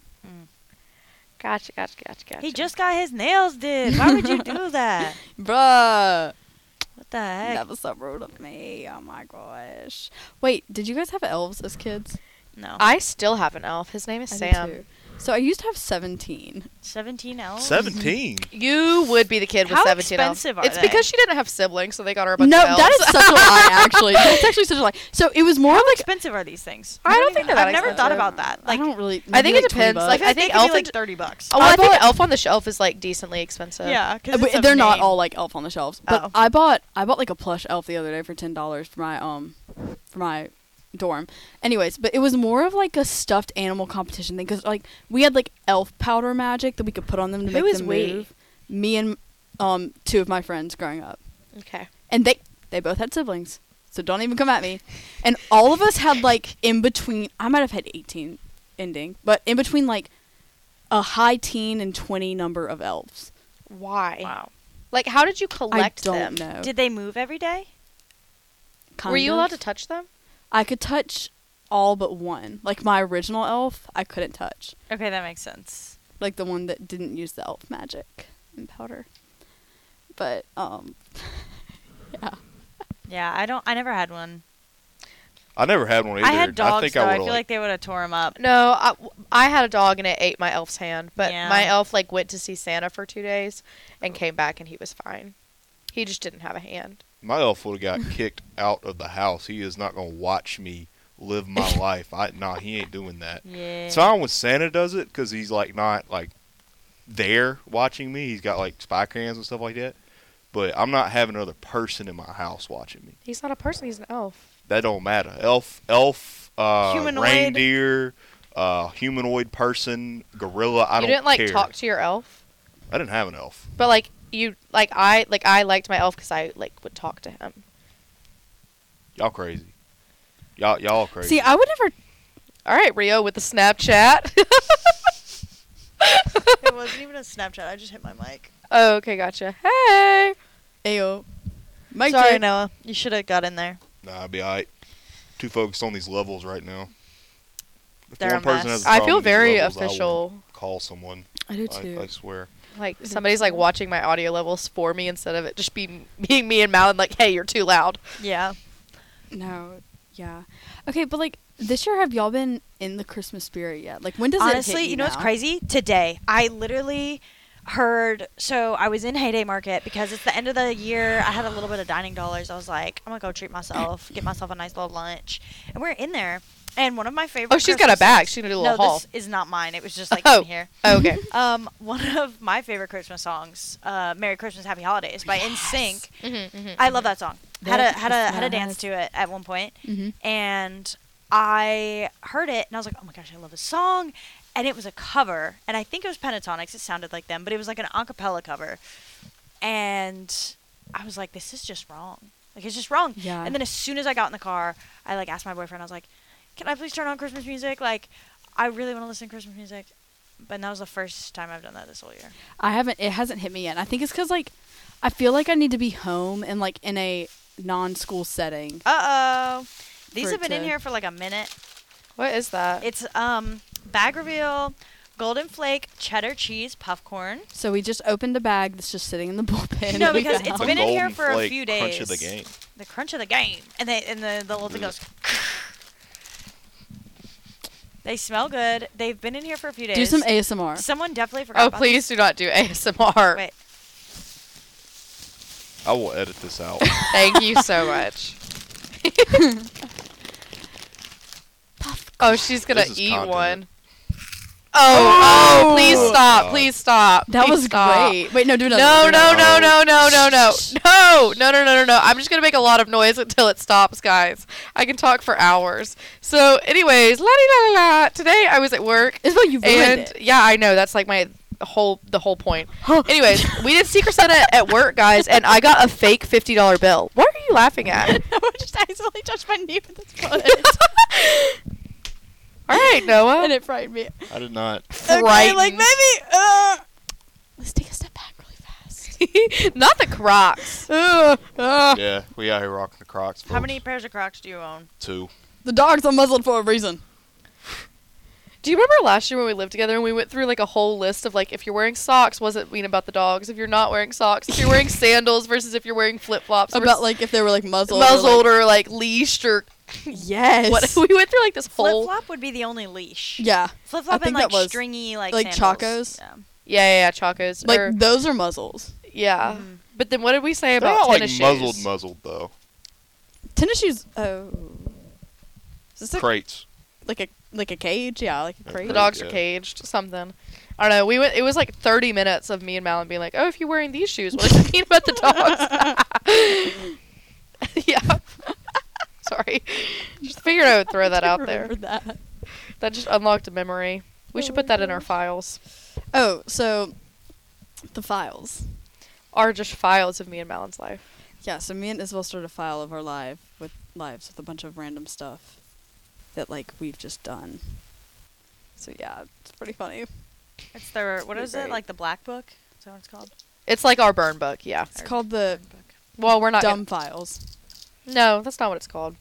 Gotcha, gotcha, gotcha, gotcha. He just got his nails did. Why would you do that? Bruh. What the heck? That was so rude of me. Oh my gosh. Wait, did you guys have elves as kids? No. I still have an elf. His name is I did Sam. too. So I used to have 17. 17 elves? Seventeen. You would be the kid with How 17 elves. expensive are It's they? because she didn't have siblings, so they got her a bunch No, of elves. that is such a lie, actually. That's actually such a lie. So it was more How like. expensive are these things? I don't think they're that I've never thought expensive. about that. Like, I don't really. I maybe think it like 20 depends, bucks. like, I they think could be, elf like and- 30 bucks. Oh, well, I I, think bought- Elf on the Shelf is like decently expensive. yeah, Uh, because but they're not all like elf on the shelves. But Oh. I bought I bought like a plush elf the other day for ten dollars for my um for my dorm. Anyways, but it was more of like a stuffed animal competition thing because like we had like elf powder magic that we could put on them to Who make is them we? move. Me and um two of my friends growing up, Okay. and they they both had siblings, so don't even come at me. And all of us had like in between. I might have had eighteen ending, but in between like a high teen and twenty number of elves. Why? Wow. Like, how did you collect I them? don't know. Did they move every day? Were you allowed to touch? touch them? I could touch all but one. Like my original elf, I couldn't touch. Okay, that makes sense. Like the one that didn't use the elf magic and powder. But um yeah. Yeah, I don't. I never had one. I never had one either. I had and I dogs, think though. I, I would feel like, they would have tore them up. No, I, I had a dog and it ate my elf's hand, but Yeah. my elf like went to see Santa for two days and came back and he was fine. He just didn't have a hand. my elf would have got kicked out of the house. He is not gonna watch me live my life. I nah, he ain't doing that. Yeah. It's fine when Santa does it because he's like not like there watching me. He's got like spy cams and stuff like that. But I'm not having another person in my house watching me. He's not a person. He's an elf. That don't matter. Elf, elf, uh, Humanoid. reindeer, uh, humanoid person, gorilla. I you don't didn't like care. talk to your elf, I didn't have an elf. but like you like I like I liked my elf because I like would talk to him. Y'all crazy. Y'all y'all crazy. See, I would never All right, Rio with the Snapchat. it wasn't even a Snapchat. I just hit my mic. oh, okay, gotcha. Hey. Ayo. Mike Sorry, check. Noah. You should have got in there. nah, I'll be alright. Too focused on these levels right now. If They're one a person mess. has a I problem feel with these very levels, I will official. Call someone. I do I, too. I swear. Like Is it somebody's like cool? watching my audio levels for me instead of it just being being me and Malin like, hey, you're too loud. Yeah. no. Yeah. Okay, but like this year have y'all been in the Christmas spirit yet? Like when does it hit Honestly, you know what's now? crazy? Today, I literally heard. So I was in Heyday Market because it's the end of the year. I had a little bit of dining dollars. I was like, I'm gonna go treat myself, get myself a nice little lunch, and we're in there. And one of my favorite. Oh, she's got a Christmas- bag. She's gonna do a No, little haul. this is not mine. It was just like Oh. in here. Oh, okay. Um, one of my favorite Christmas songs, uh, "Merry Christmas, Happy Holidays" by NSYNC. mm-hmm, mm-hmm. I love that song. Had Merry a had a had a dance Christmas. to it at one point, Mhm. and I heard it and I was like, "Oh my gosh, I love this song!" And it was a cover, and I think it was Pentatonics. It sounded like them, but it was like an a cappella cover, and I was like, "This is just wrong. Like it's just wrong." Yeah. And then as soon as I got in the car, I like asked my boyfriend. I was like, "Can I please turn on Christmas music? Like, I really want to listen to Christmas music." But that was the first time I've done that this whole year. I haven't. It hasn't hit me yet. I think it's because like I feel like I need to be home and like in a non-school setting. Uh oh. These For have it been in to- here for like a minute. What is that? It's um bag reveal, golden flake, cheddar cheese, puff corn. So we just opened a bag that's just sitting in the bullpen. No, because it's The been in here golden for a flake few Crunch of the days. game. The crunch of the game, and they and the the little thing goes. they smell good. They've been in here for a few days. do some ASMR. Someone definitely forgot. oh, about please do not do ASMR. This. Wait. I will edit this out. Thank you so much. oh, she's gonna This is eat content. one. Oh, oh, please Oh, stop. God. Please stop. that please was stop. great. Wait, no, do another. No, one, do no, another no, one. no, no, no, no. No, no, no, no, no, no. I'm just going to make a lot of noise until it stops, guys. I can talk for hours. So, anyways, la di la la la. Today I was at work. one. It's what you ruined And it. yeah, I know. That's like my whole the whole point. Huh. Anyways, we did Secret Santa at work, guys, and I got a fake $50 bill. What are you laughing at? I would just accidentally touched my knee with this foot, All right, and Noah. it frighted me. I did not. Okay, like Frightened. maybe. Uh, let's take a step back really fast. Not the Crocs. Uh, uh. Yeah, we out here rocking the Crocs. How folks. many pairs of Crocs do you own? Two. The dogs are muzzled for a reason. Do you remember last year when we lived together and we went through like a whole list of like if you're wearing socks, was it mean about the dogs? If you're not wearing socks, if you're wearing sandals versus if you're wearing flip flops, about like if they were like muzzled. or, like- muzzled or like leashed or yes. what? We went through like this Flip whole flop would be the only leash. Yeah, Flip flop I and think like that was- stringy like like sandals. Chacos. Yeah. yeah yeah, yeah chacos like or, those are muzzles. Ah. yeah. Mm. But then what did we say They're about not like tennis shoes? muzzled, muzzled though. Tennis shoes. Oh, is this like, Crates. like a like a cage? Yeah, like a The crate. the dogs are Yeah. caged something i don't know we went it was like 30 minutes of me and malin being like oh if you're wearing these shoes what does it mean about the dogs yeah sorry just figured i would throw that out there Remember that. that just unlocked a memory we should put that in our files Oh, so the files. are just files of me and malin's life Yeah, so me and Isabel started a file of our live with lives with a bunch of random stuff that like we've just done. So yeah, it's pretty funny. It's their what pretty is it great. like the black book? Is that what it's called? it's like our burn book yeah It's called the Black book. well we're not dumb files. gonna- no that's not what it's called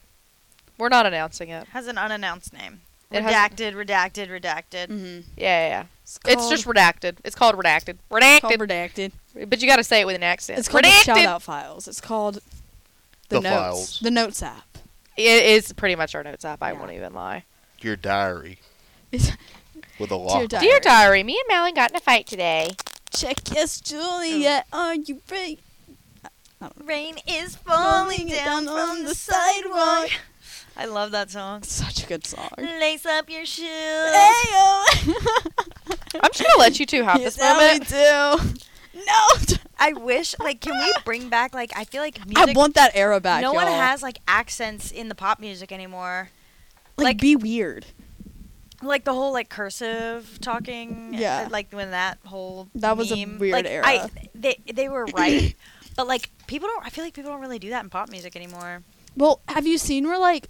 we're not announcing it Has an unannounced name. It has- redacted, redacted, redacted. Mm-hmm. yeah yeah, yeah. it's called- just redacted it's called redacted Called redacted redacted. but you gotta say it with an accent It's called the redacted. shout out files. It's called the, The notes. files. The notes app. It is pretty much our notes app. I Yeah. won't even lie. Your diary It's- with a lock. Dear Dear Diary. diary, me and Malin got in a fight today. Check yes, Juliet. Oh. Are you ready? Rain is falling down, from the sidewalk. I love that song. Such a good song. Lace up your shoes. I'm just gonna let you two have this moment. moment. do. No. I wish, like, can we bring back, like, I feel like I music. want that era back. no one y'all. has like accents in the pop music anymore. like, like- be weird. Like the whole like cursive talking. Yeah. uh, Like when that whole That was a meme- weird like, era. I, they they were right, but like people don't. I feel like people don't really do that in pop music anymore. Well, have you seen where like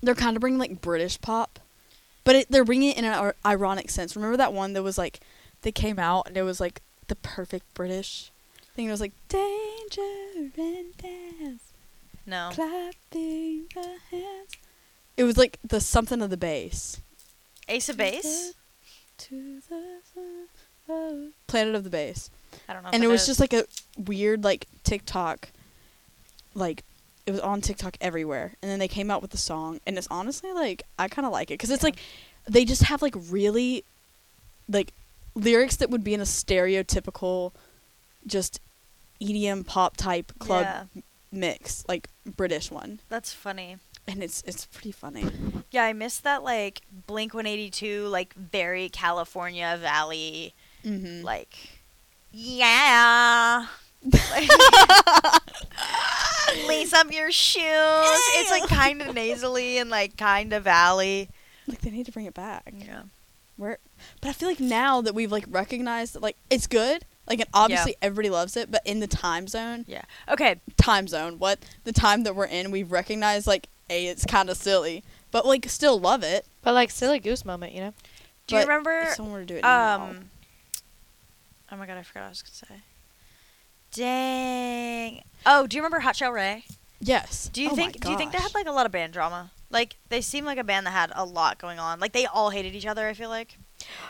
they're kind of bringing like British pop, but it, they're bringing it in an ir- ironic sense. Remember that one that was like they came out and it was like the perfect British thing. It was like danger and dance, No. clapping the hands. It was like the something of the bass. Ace of Base. To the sun of- Planet of the Bass. I don't know. if and that it was is. just like a weird like TikTok, like it was on TikTok everywhere. And then they came out with the song, and it's honestly like I kind of like it because it's Yeah. like they just have like really, like lyrics that would be in a stereotypical, just EDM pop type club Yeah, mix, like British one, that's funny. and it's it's pretty funny. Yeah, I missed that like Blink 182 like very California Valley Mm-hmm. like yeah. Like- Lace up your shoes. It's like kind of nasally and like kind of valley. like they need to bring it back. Yeah. Where, but I feel like now that we've like recognized that like it's good, like and obviously everybody loves it, but in the time zone, Yeah. Okay. time zone, what the time that we're in, we've recognized like a it's kind of silly, but like still love it. But like silly goose moment, you know. Do you But remember If someone were to do it now, Er, um Oh my god, I forgot what I was going to say. Dang. Oh, do you remember Hot Shell Ray? yes. Do you Oh my think do you think they gosh. had like a lot of band drama? Like they seem like a band that had a lot going on. Like they all hated each other, I feel like.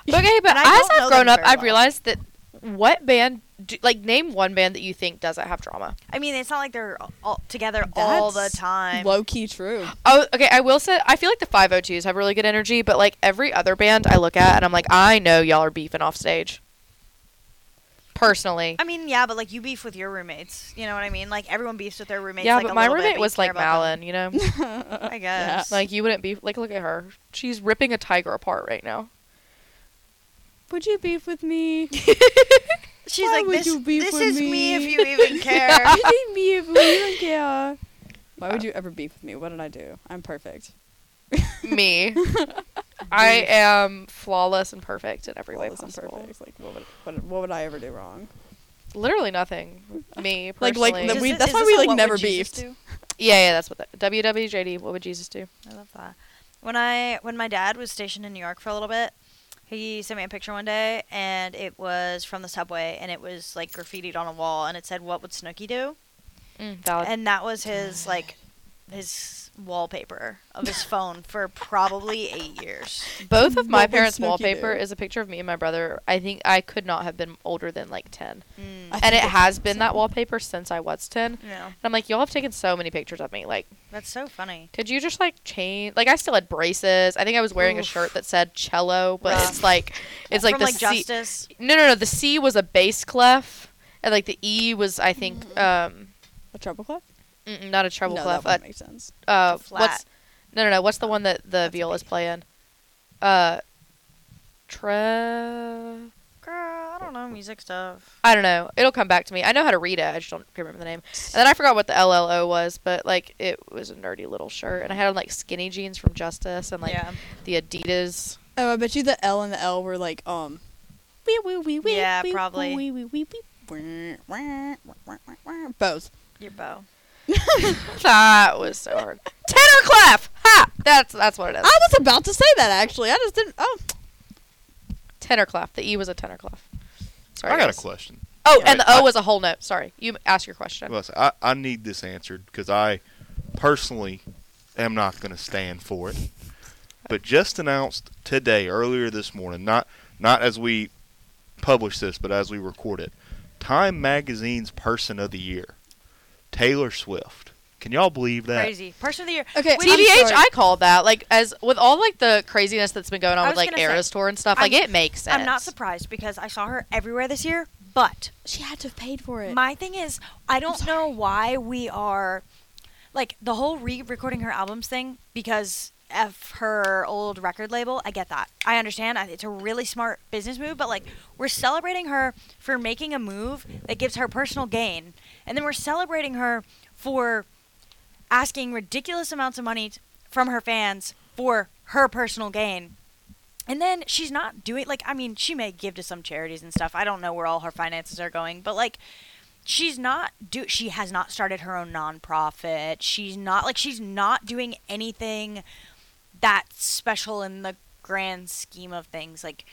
Okay, but And I as don't know I've grown them up, very I've well. realized that what band, do, like, name one band that you think doesn't have drama. I mean, it's not like they're all together all the That's time. low key true? Oh, okay. I will say I feel like the 502s have really good energy, but like every other band I look at and I'm like, I know y'all are beefing off stage. Personally, I mean, yeah, but like you beef with your roommates. You know what I mean? Like everyone beefs with their roommates. yeah, like, but a my little bit, roommate you was care like about them. Malin, you know. I guess. Like you wouldn't be like look at her. She's ripping a tiger apart right now. Would you beef with me? She's Why like, would this, you beef this with is me? me? if you even care. Why did me if we don't care? Why would you ever beef with me? What did I do? I'm perfect. Me. I am flawless and perfect in every way Flawless and possible. perfect. Like what would what, what would I ever do wrong? Literally nothing. Me Like- personally. like the Is we- it- that's is why this we, a like, what would never Jesus beefed. do? yeah, yeah, that's what that WWJD. What would Jesus do? I love that. When I when my dad was stationed in New York for a little bit, he sent me a picture one day, and it was from the subway, and it was like graffitied on a wall, and it said, "What would Snooky do?" Mm, valid. And that was his like his wallpaper of his phone for probably eight years. Both of my What would parents' Snooki wallpaper do? is a picture of me and my brother. I think I could not have been older than like 10. Mm. I and it think has been same. that wallpaper since I was 10. Mm. And Yeah, I'm like, y'all have taken so many pictures of me. Like, that's so funny. could you just like change? Like, I still had braces. I think I was wearing a Oof. shirt that said cello, but Rough. it's like, it's like From the like C- Justice. No, no, no. The C was a bass clef, and like the E was, I think, Mm-hmm. um, a treble clef. mm-mm, not a treble no, clef. that wouldn't uh, make sense. uh, Flat. what's no, no, no. What's the one that the That's a viola's bass. playing? Uh, tre. Girl, I don't know music stuff. I don't know. It'll come back to me. I know how to read it. I just don't remember the name. And then I forgot what the LLO was, but like it was a nerdy little shirt, and I had on like skinny jeans from Justice and like yeah, the Adidas. Oh, I bet you the L and the L were like um. Wee wee wee wee. Yeah, wee, probably. Wee wee wee wee. wee, wah, wah, wah, wah, wah. Both. your bow. That was so hard. Tenor clef. Ha! That's that's what it is. I was about to say that actually. I just didn't. Oh, Tenor clef. The E was a tenor clef. Sorry. I got a guys. question. Oh, Yeah. and the Wait, O I- was a whole note. Sorry, you asked your question. Listen, I, I need this answered because I personally am not going to stand for it. But just announced today, earlier this morning, not not as we publish this, but as we record it, Time Magazine's Person of the Year, Taylor Swift. Can y'all believe that? Crazy person of the year. okay. Wait, I'm TBH, sorry. I call that like as with all like the craziness that's been going on I with was like gonna say, Eras Tour and stuff. I'm- like it makes sense. I'm not surprised because I saw her everywhere this year, but She had to have paid for it. My thing is, I don't know why we are like the whole re-recording her albums thing because of her old record label. I get that. I understand. I- It's a really smart business move, but like we're celebrating her for making a move that gives her personal gain, and then we're celebrating her for asking ridiculous amounts of money t- from her fans for her personal gain. And then she's not doing like I mean she may give to some charities and stuff. I don't know where all her finances are going, but like she's not do she has not started her own nonprofit. She's not like she's not doing anything that special in the grand scheme of things. Like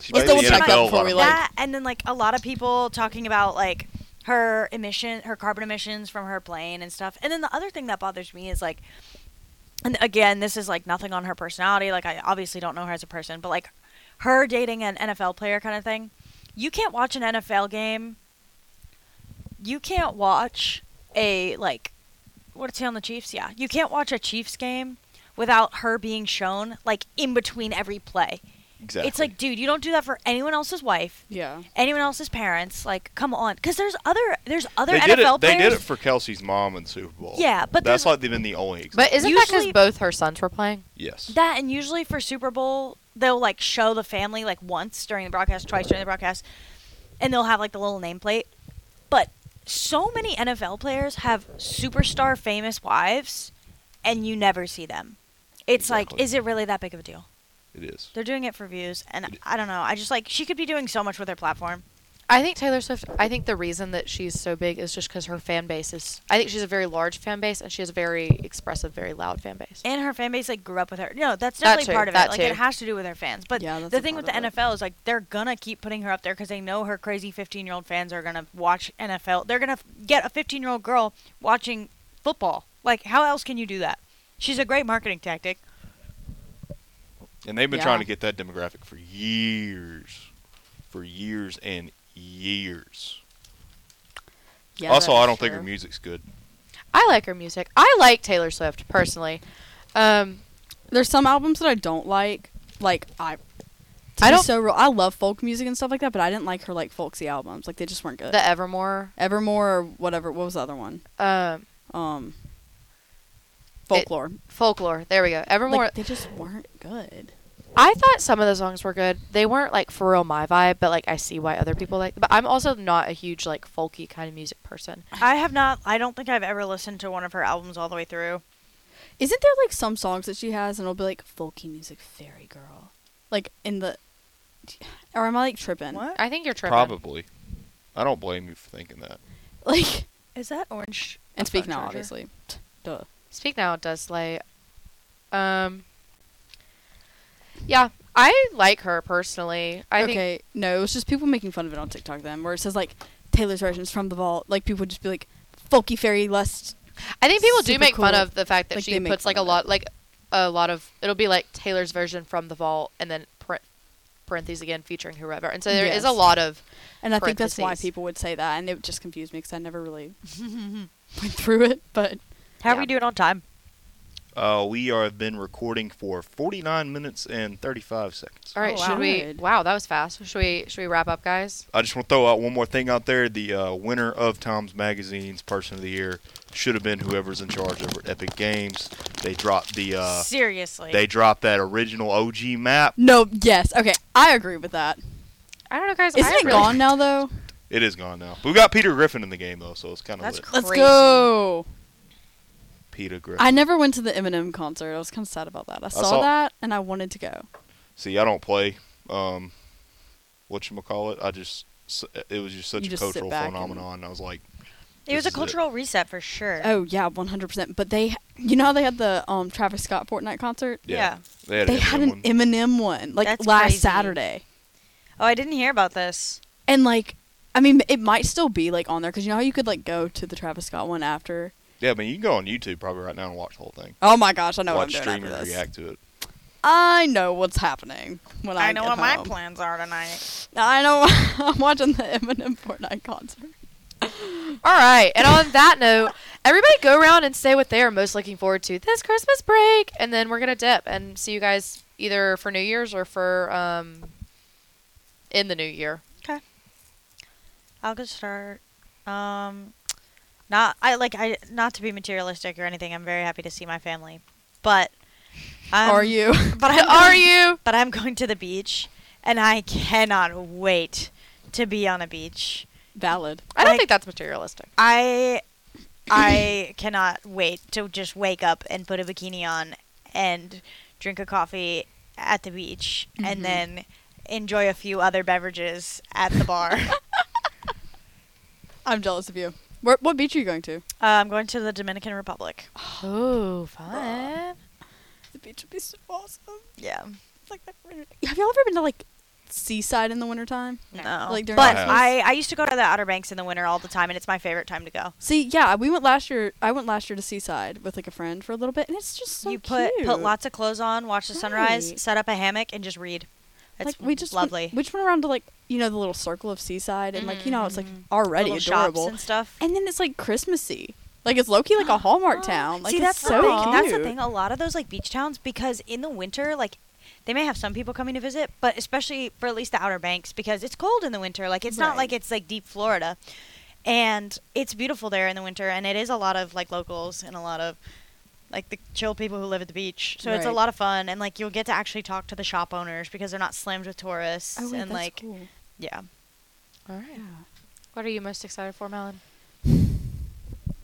She Let's made double the check that NFL before lot we of leave. money. that and then like a lot of people talking about like her emission her carbon emissions from her plane and stuff and then the other thing that bothers me is like and again this is like nothing on her personality like i obviously don't know her as a person but like her dating an nfl player kind of thing you can't watch an nfl game you can't watch a like what's he on the chiefs yeah you can't watch a chiefs game without her being shown like in between every play Exactly. it's like dude you don't do that for anyone else's wife yeah. anyone else's parents. Like, come on, because there's other there's other they NFL did it. players. They did it for Kelsey's mom in Super Bowl. Yeah, but that's there's- like they've been the only. Example. But isn't that 'cause that Usually- because both her sons were playing? yes. that, and usually for Super Bowl, they'll like show the family like once during the broadcast, twice during the broadcast, and they'll have like the little nameplate. But so many NFL players have superstar famous wives, and you never see them. It's like, Exactly. is it really that big of a deal? it is. They're doing it for views, and I don't know. I just like she could be doing so much with her platform. I think Taylor Swift. I think the reason that she's so big is just because her fan base is. I think she's a very large fan base, and she has a very expressive, very loud fan base. and her fan base like grew up with her. No, that's That definitely too, part of that it. Like too. it has to do with her fans. But Yeah, that's the a thing part with the of it. NFL is like they're gonna keep putting her up there because they know her crazy 15 year old fans are gonna watch NFL. They're gonna f- get a 15 year old girl watching football. Like how else can you do that? She's a great marketing tactic. And they've been Yeah. trying to get that demographic for years, for years and years. also, I don't think her music's good. I like her music. I like Taylor Swift personally. Um, There's some albums that I don't like. Like I, to I I don't- So real. I love folk music and stuff like that, but I didn't like her like folksy albums. Like they just weren't good. the Evermore. Evermore or whatever. What was the other one? Um, Um. Folklore. folklore. There we go. Like, Evermore. they just weren't good. I thought some of the songs were good. They weren't like for real my vibe, but like I see why other people like. But I'm also not a huge like folky kind of music person. I have not. I don't think I've ever listened to one of her albums all the way through. Isn't there like some songs that she has and it'll be like folky music fairy girl, like in the, or am I like tripping? I think you're tripping. Probably. I don't blame you for thinking that. Like is that? Orange. and speak now, charger. obviously. Duh. Speak Now does slay. Um. Yeah, I like her personally. I think okay, no, it was just people making fun of it on TikTok then, where it says like Taylor's versions from the vault. Like people would just be like folky fairy lust I think people do Super make fun cool. of the fact that Like, she they make puts fun like a of it. lot, like a lot of. It'll be like Taylor's version from the vault, and then par- parentheses again featuring whoever. And so there is a Yes. lot of. And I think that's why Parentheses. people would say that, and it would just confused me because I never really went through it. But How are Yeah. we doing on time? Uh, we are have been recording for 49 minutes and 35 seconds. All right, Oh, should wow. we? Good. Wow, that was fast. Should we? Should we wrap up, guys? I just want to throw out one more thing out there. The uh, winner of Tom's Magazine's Person of the Year should have been whoever's in charge over at Epic Games. They dropped the uh, Seriously. they dropped that original OG map. no, yes, okay, I agree with that. I don't know, guys. Isn't I it agree. gone now though? It is gone now. But we got Peter Griffin in the game though, so it's kind of That's lit. crazy. Let's go. Peter Griffin. I never went to the Eminem concert. I was kind of sad about that. I saw, saw- that and I wanted to go. See, I don't play. Um, what you call it? I just s- it was just such You a just sit cultural back and- phenomenon. I was like, It was This a is it. cultural reset for sure. Oh yeah, 100%. But they, you know how they had the um Travis Scott Fortnite concert? yeah, Yeah. they had, They an had Eminem an one. Eminem one like That's last crazy. Saturday. Oh, I didn't hear about this. And like I mean, it might still be like on there cuz you know how you could like go to the Travis Scott one after. yeah, I mean, you can go on YouTube probably right now and watch the whole thing. Oh my gosh, I know watch what I'm doing streamers after this. react to it. I know what's happening when I, get home. plans are tonight. I know I'm watching the Eminem Fortnite concert. All right. And on that note, everybody go around and say what they are most looking forward to this Christmas break, and then we're gonna dip and see you guys either for New Year's or for um in the new year. I'll go start. Um, not I like I not to be materialistic or anything. I'm very happy to see my family, but I'm, Are you? Um, But I'm Are going- you? But I'm going to the beach, and I cannot wait to be on a beach. Valid. I don't Like- think that's materialistic. I I cannot wait to just wake up and put a bikini on and drink a coffee at the beach and then enjoy a few other beverages at the bar. uh, I'm jealous of you. Where, what beach are you going to? Uh, I'm going to the Dominican Republic. Oh, fun. The beach would be so awesome. Yeah. Like that. Have y'all ever been to like seaside in the wintertime? No. Like during but Christmas? I, I used to go to the Outer Banks in the winter all the time and it's my favorite time to go. See, yeah, we went last year. I went last year to seaside with like a friend for a little bit, and it's just so you put cute. put lots of clothes on, watch the sunrise, Right. set up a hammock and just read. It's like we just lovely. Went, we just went around to like you know the little circle of seaside, and like you know it's like Mhm. already Little adorable, shops and stuff. and then it's like Christmassy. Like it's low key like a Hallmark town. Like See, it's that's so the thing. cute. Oh, That's the thing. A lot of those like beach towns, because in the winter, like they may have some people coming to visit, but especially for at least the Outer Banks, because it's cold in the winter. Like it's not Right. like it's like deep Florida, and it's beautiful there in the winter. And it is a lot of like locals and a lot of like the chill people who live at the beach. So it's a Right. lot of fun, and like you'll get to actually talk to the shop owners because they're not slammed with tourists. Oh, wait, and that's like cool. yeah, All right. Yeah. What are you most excited for, Melon?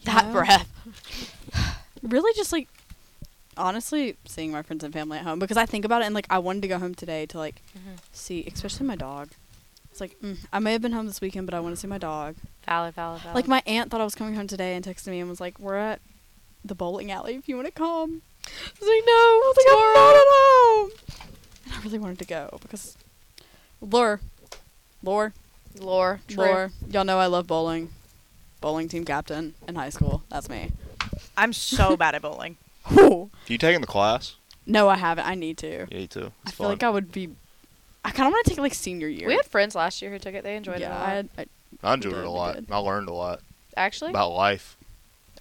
know? breath. really just like honestly seeing my friends and family at home because I think about it and like I wanted to go home today to like Mm-hmm. see especially my dog. It's like mm, I may have been home this weekend, but I want to see my dog. Valid, valid, valid. Like my aunt thought I was coming home today and texted me and was like, "We're at the bowling alley if you want to come." I was like, "No, I was like, I'm not at home." And I really wanted to go because lore, lore, lore, true. lore. Y'all know I love bowling. Bowling team captain in high school. That's me. I'm so bad at bowling. You taking the class? No, I haven't. I need to. Yeah, you too. I It's feel fun. like I would be. I kind of want to take like senior year. We had friends last year who took it. They enjoyed it. yeah, a I, lot. had- I, I enjoyed We it did, a we lot. did. I learned a lot Actually, about life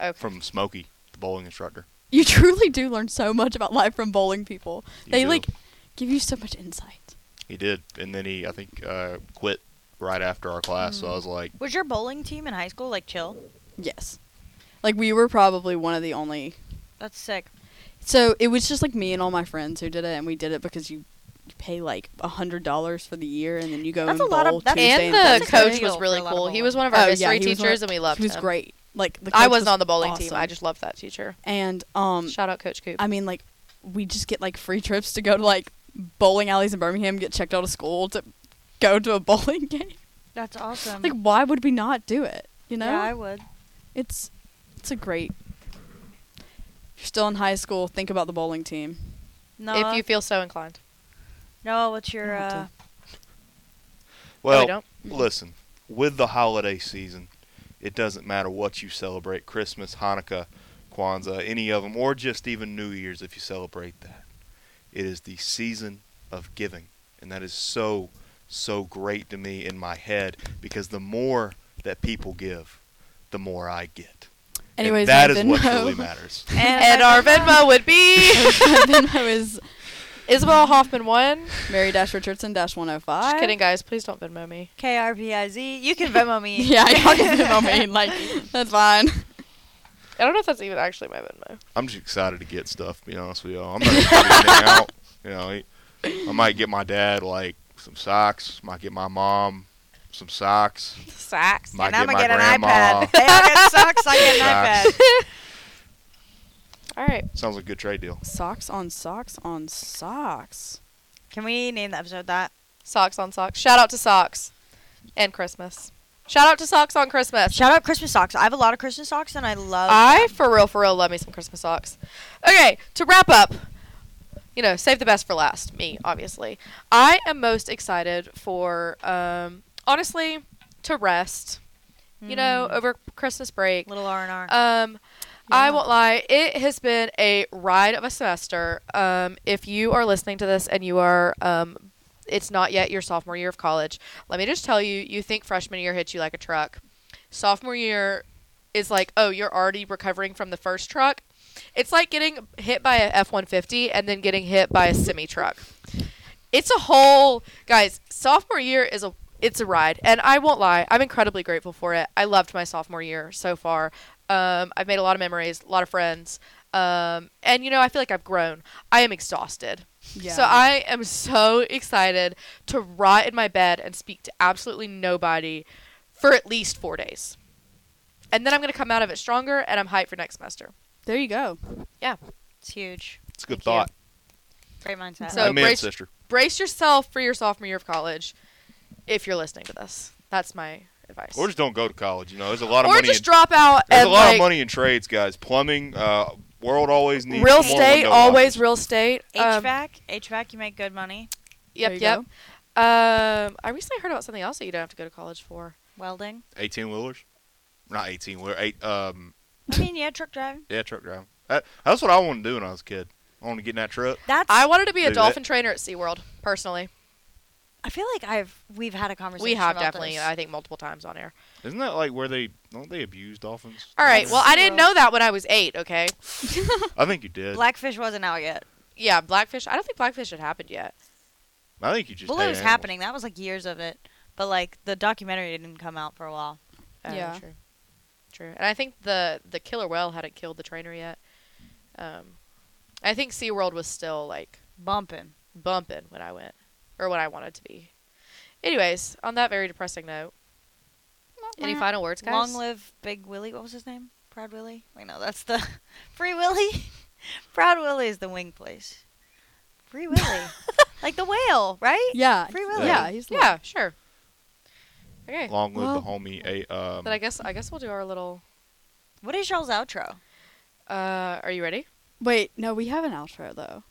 okay. from Smokey, the bowling instructor. you truly do learn so much about life from bowling people. You they do. like give you so much insight. He did, and then he, I think, uh, quit right after our class. Mm. So I was like, Was your bowling team in high school like chill? Yes, like we were probably one of the only. That's sick. So it was just like me and all my friends who did it, and we did it because you. you Pay like a hundred dollars for the year, and then you go That's and a lot of- bowl that's- Tuesday and and, the That's a Thursday. coach good was deal really for a lot of cool. He bowling. was one of our Oh, yeah, history he was one of- teachers, and we loved He was him. great. Like the I coach wasn't on the bowling team. awesome. I just loved that teacher. and um Shout out Coach Coop. I mean, like, we just get like free trips to go to like bowling alleys in Birmingham, get checked out of school to go to a bowling game. That's Um, awesome. Like, why would we not do it? You know, Yeah, I would. it's it's a great. If you're still in high school, think about the bowling team. No, if you feel so inclined. no, what's your I uh, don't No, we well, don't. listen, with the holiday season, It doesn't matter what you celebrate Christmas, Hanukkah, Kwanzaa, any of them, or just even New Year's if you celebrate that. It is the season of giving. And that is so, so great to me in my head because the more that people give, the more I get. And Anyways, that my is what Venmo- truly matters. And our Venmo would be my Venmo is Isabel Hoffman one. Mary Dash Richardson Dash 105. Just kidding, guys. Please don't Venmo me. K R P I Z. You can Venmo me. Yeah, I got his Venmo main. Like, that's fine. I don't know if that's even actually my Venmo. I'm just excited to get stuff. To be honest with y'all, I'm not gonna put anything out. You know, he- I might get my dad like some socks. Might get my mom some socks. Sacks. Might and get I'm gonna my get an grandma. iPad. Hey, I got socks. I get an Socks. iPad. All right. Sounds like a good trade deal. Socks on socks on socks. Can we name the episode that? Socks on socks. Shout out to socks and Christmas. Shout out to socks on Christmas. Shout out Christmas socks. I have a lot of Christmas socks, and I love. I for real for real love me some Christmas socks. Okay, to wrap up, you know, save the best for last. Me, obviously. I am most excited for um honestly to rest. You know, over Christmas break. Mm. little R and R. Um, I Yeah. won't lie. It has been a ride of a semester. Um, if you are listening to this and you are, um, it's not yet your sophomore year of college. Let me just tell you, you think freshman year hits you like a truck. Sophomore year is like, oh, you're already recovering from the first truck. It's like getting hit by a F one fifty and then getting hit by a semi truck. It's a whole guys. Sophomore year is a it's a ride, and I won't lie. I'm incredibly grateful for it. I loved my sophomore year so far. Um, I've made a lot of memories, a lot of friends, um, and you know I feel like I've grown. I am exhausted. Yeah. So I am so excited to rot in my bed and speak to absolutely nobody for at least four days. And then I'm going to come out of it stronger and I'm hyped for next semester. There you go. it's huge. It's a good Thank thought. Great mindset. So- Amen, brace- sister. Brace yourself for your sophomore year of college if you're listening to this. That's my advice. Or just don't go to college. You know, there's a lot of Or money. just in, drop out there's and a lot like of money in trades, guys. Plumbing, uh, world always needs real more estate, window always washers. real estate. Um, HVAC, HVAC, you make good money. There Yep, you yep. go. Um, I recently heard about something else that you don't have to go to college for. Welding. 18 wheelers, not 18 wheeler. Eight. Um, I mean, yeah, truck driving. yeah, truck driving. That, that's what I wanted to do when I was a kid. I wanted to get in that truck. That's. I wanted to be a Do that. dolphin trainer at SeaWorld, personally. I feel like I've we've had a conversation. We have about definitely, this. I think, multiple times on air. Isn't that like where they don't they abuse dolphins? All right. That's Well, I didn't SeaWorld. know that when I was eight. Okay. I think you did. Blackfish wasn't out yet. Yeah, blackfish. I don't think blackfish had happened yet. I think you just. Well, hate it was animals. happening. That was like years of it, but like the documentary didn't come out for a while. Oh, Yeah. True. True. And I think the the killer whale hadn't killed the trainer yet. Um, I think SeaWorld was still like Bumping. bumping when I went, or when I wanted to be. Anyways, on that very depressing note, any final words, guys? Long live Big Willie. What was his name? Proud Willie. Wait, no, that's the Free Willie. Proud Willie is the wing place. Free Willie, like the whale, right? Yeah. Free Willy. Yeah, he's like- Yeah. Sure. Okay. Long live Well- the homie. A, um, Then I guess I guess we'll do our little. What is y'all's outro? Uh, are you ready? Wait, no, we have an outro though.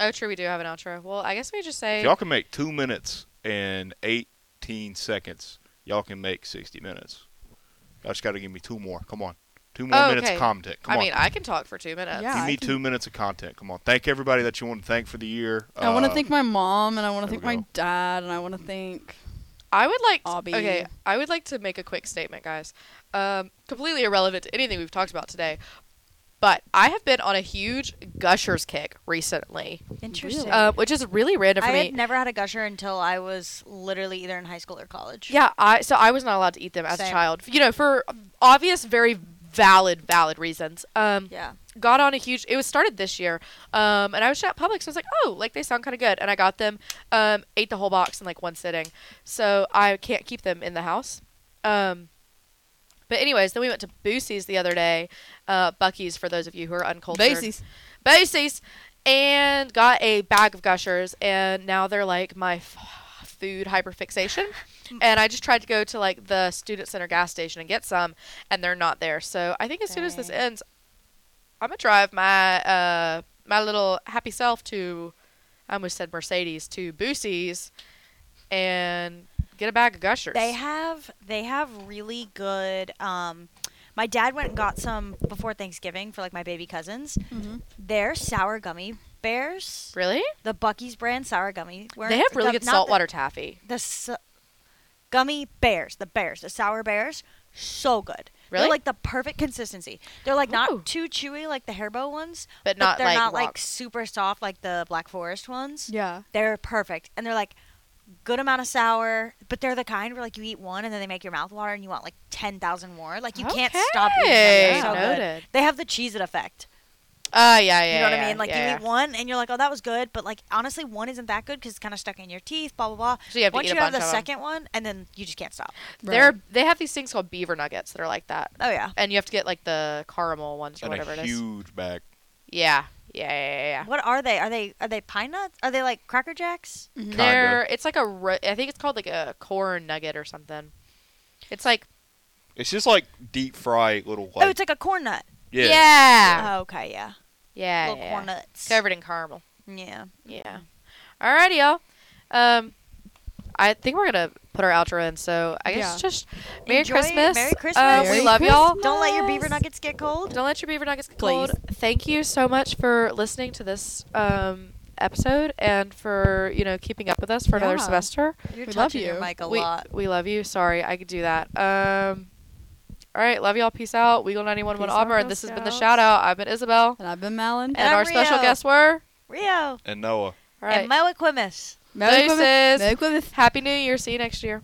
Oh, true. We do have an outro. Well, I guess we just say. if y'all can make two minutes and 18 seconds, y'all can make 60 minutes. Y'all just got to give me two more. Come on. Two more Oh, minutes okay. of content. Come I on. mean, I can talk for two minutes. Yeah. Give I me can- two minutes of content. Come on. Thank everybody that you want to thank for the year. I want to Uh, thank my mom, and I want to there thank we my go. dad, and I want to thank. I would like. Obby. Okay, I would like to make a quick statement, guys. Um, completely irrelevant to anything we've talked about today, but I have been on a huge gushers kick recently, Interesting. uh, which is really random I for me. had never had a gusher until I was literally either in high school or college. Yeah, I so I was not allowed to eat them as a Same. child. You know, for obvious, very valid, valid reasons. Um, Yeah. got on a huge. It was started this year, um, and I was at Publix. I was like, oh, like they sound kind of good, and I got them. Um, ate the whole box in like one sitting, so I can't keep them in the house. Um, but anyways, then we went to Boosie's the other day, uh, Bucky's for those of you who are uncultured. Basies. Boosie's and got a bag of gushers and now they're like my f- food hyperfixation Mm. and i just tried to go to like the student center gas station and get some and they're not there so i think as soon as this Dang. ends i'm gonna drive my uh my little happy self to i almost said mercedes to boosie's and Get a bag of gushers. They have they have really good. Um, my dad went and got some before Thanksgiving for like my baby cousins. Mm-hmm. They're sour gummy bears. really? The Bucky's brand sour gummy. Where- They have really gum- good not saltwater taffy. The, the su- gummy bears, the bears, the sour bears, so good. Really? They're like the perfect consistency. They're like Ooh. not too chewy like the Haribo ones, But not they're like not rock. like super soft like the Black Forest ones. Yeah. They're perfect, and they're like good amount of sour, but they're the kind where like you eat one and then they make your mouth water, and you want like ten thousand more. Like you can't stop eating them. Okay, They're so good. noted. They have the cheese it effect. Ah, yeah, yeah. You know what yeah, I mean? Like yeah, you yeah. eat one and you're like, oh, that was good, but like honestly, one isn't that good because it's kind of stuck in your teeth. Blah blah blah. So you have to Once eat a you have bunch the of 'em. second one, and then you just can't stop. They're they have these things called beaver nuggets that are like that, Oh yeah. and you have to get like the caramel ones or Um, And whatever a it is. huge bag. Yeah, yeah, yeah, yeah. yeah. What are they? Are they are they pine nuts? Are they like cracker jacks? Mhm. Kinda. They're it's like a ro- I think it's called like a corn nugget or something. It's like It's just like deep fry little. Like, oh, it's like a corn nut. yeah, yeah. yeah, Oh, okay, yeah. yeah. Little corn nuts. Covered in caramel. Yeah. Yeah. Alrighty, y'all. Um, I think we're gonna put our outro in. So I guess Yeah. just Merry Enjoy- Christmas. Merry Uh, Christmas. we Merry love y'all. Don't let your beaver Yes. nuggets get cold. Don't let your beaver nuggets get Please. cold. Thank you so much for listening to this um, episode and for you know keeping up with us for another Yeah. semester. You're We love touching you. your mic a we lot. we love you. Sorry, I could do that. Um. All right, love y'all. Peace out. Weagle ninety one one Peace out, Auburn. Girl This has been the Scouts. shout out. I've been Isabel, And I've been Malin. and, I'm our special Rio. guests were. Rio And Noah. All right. and Moe Quimis. Merry Christmas. Deuces. Merry Christmas. Happy New Year. See you next year.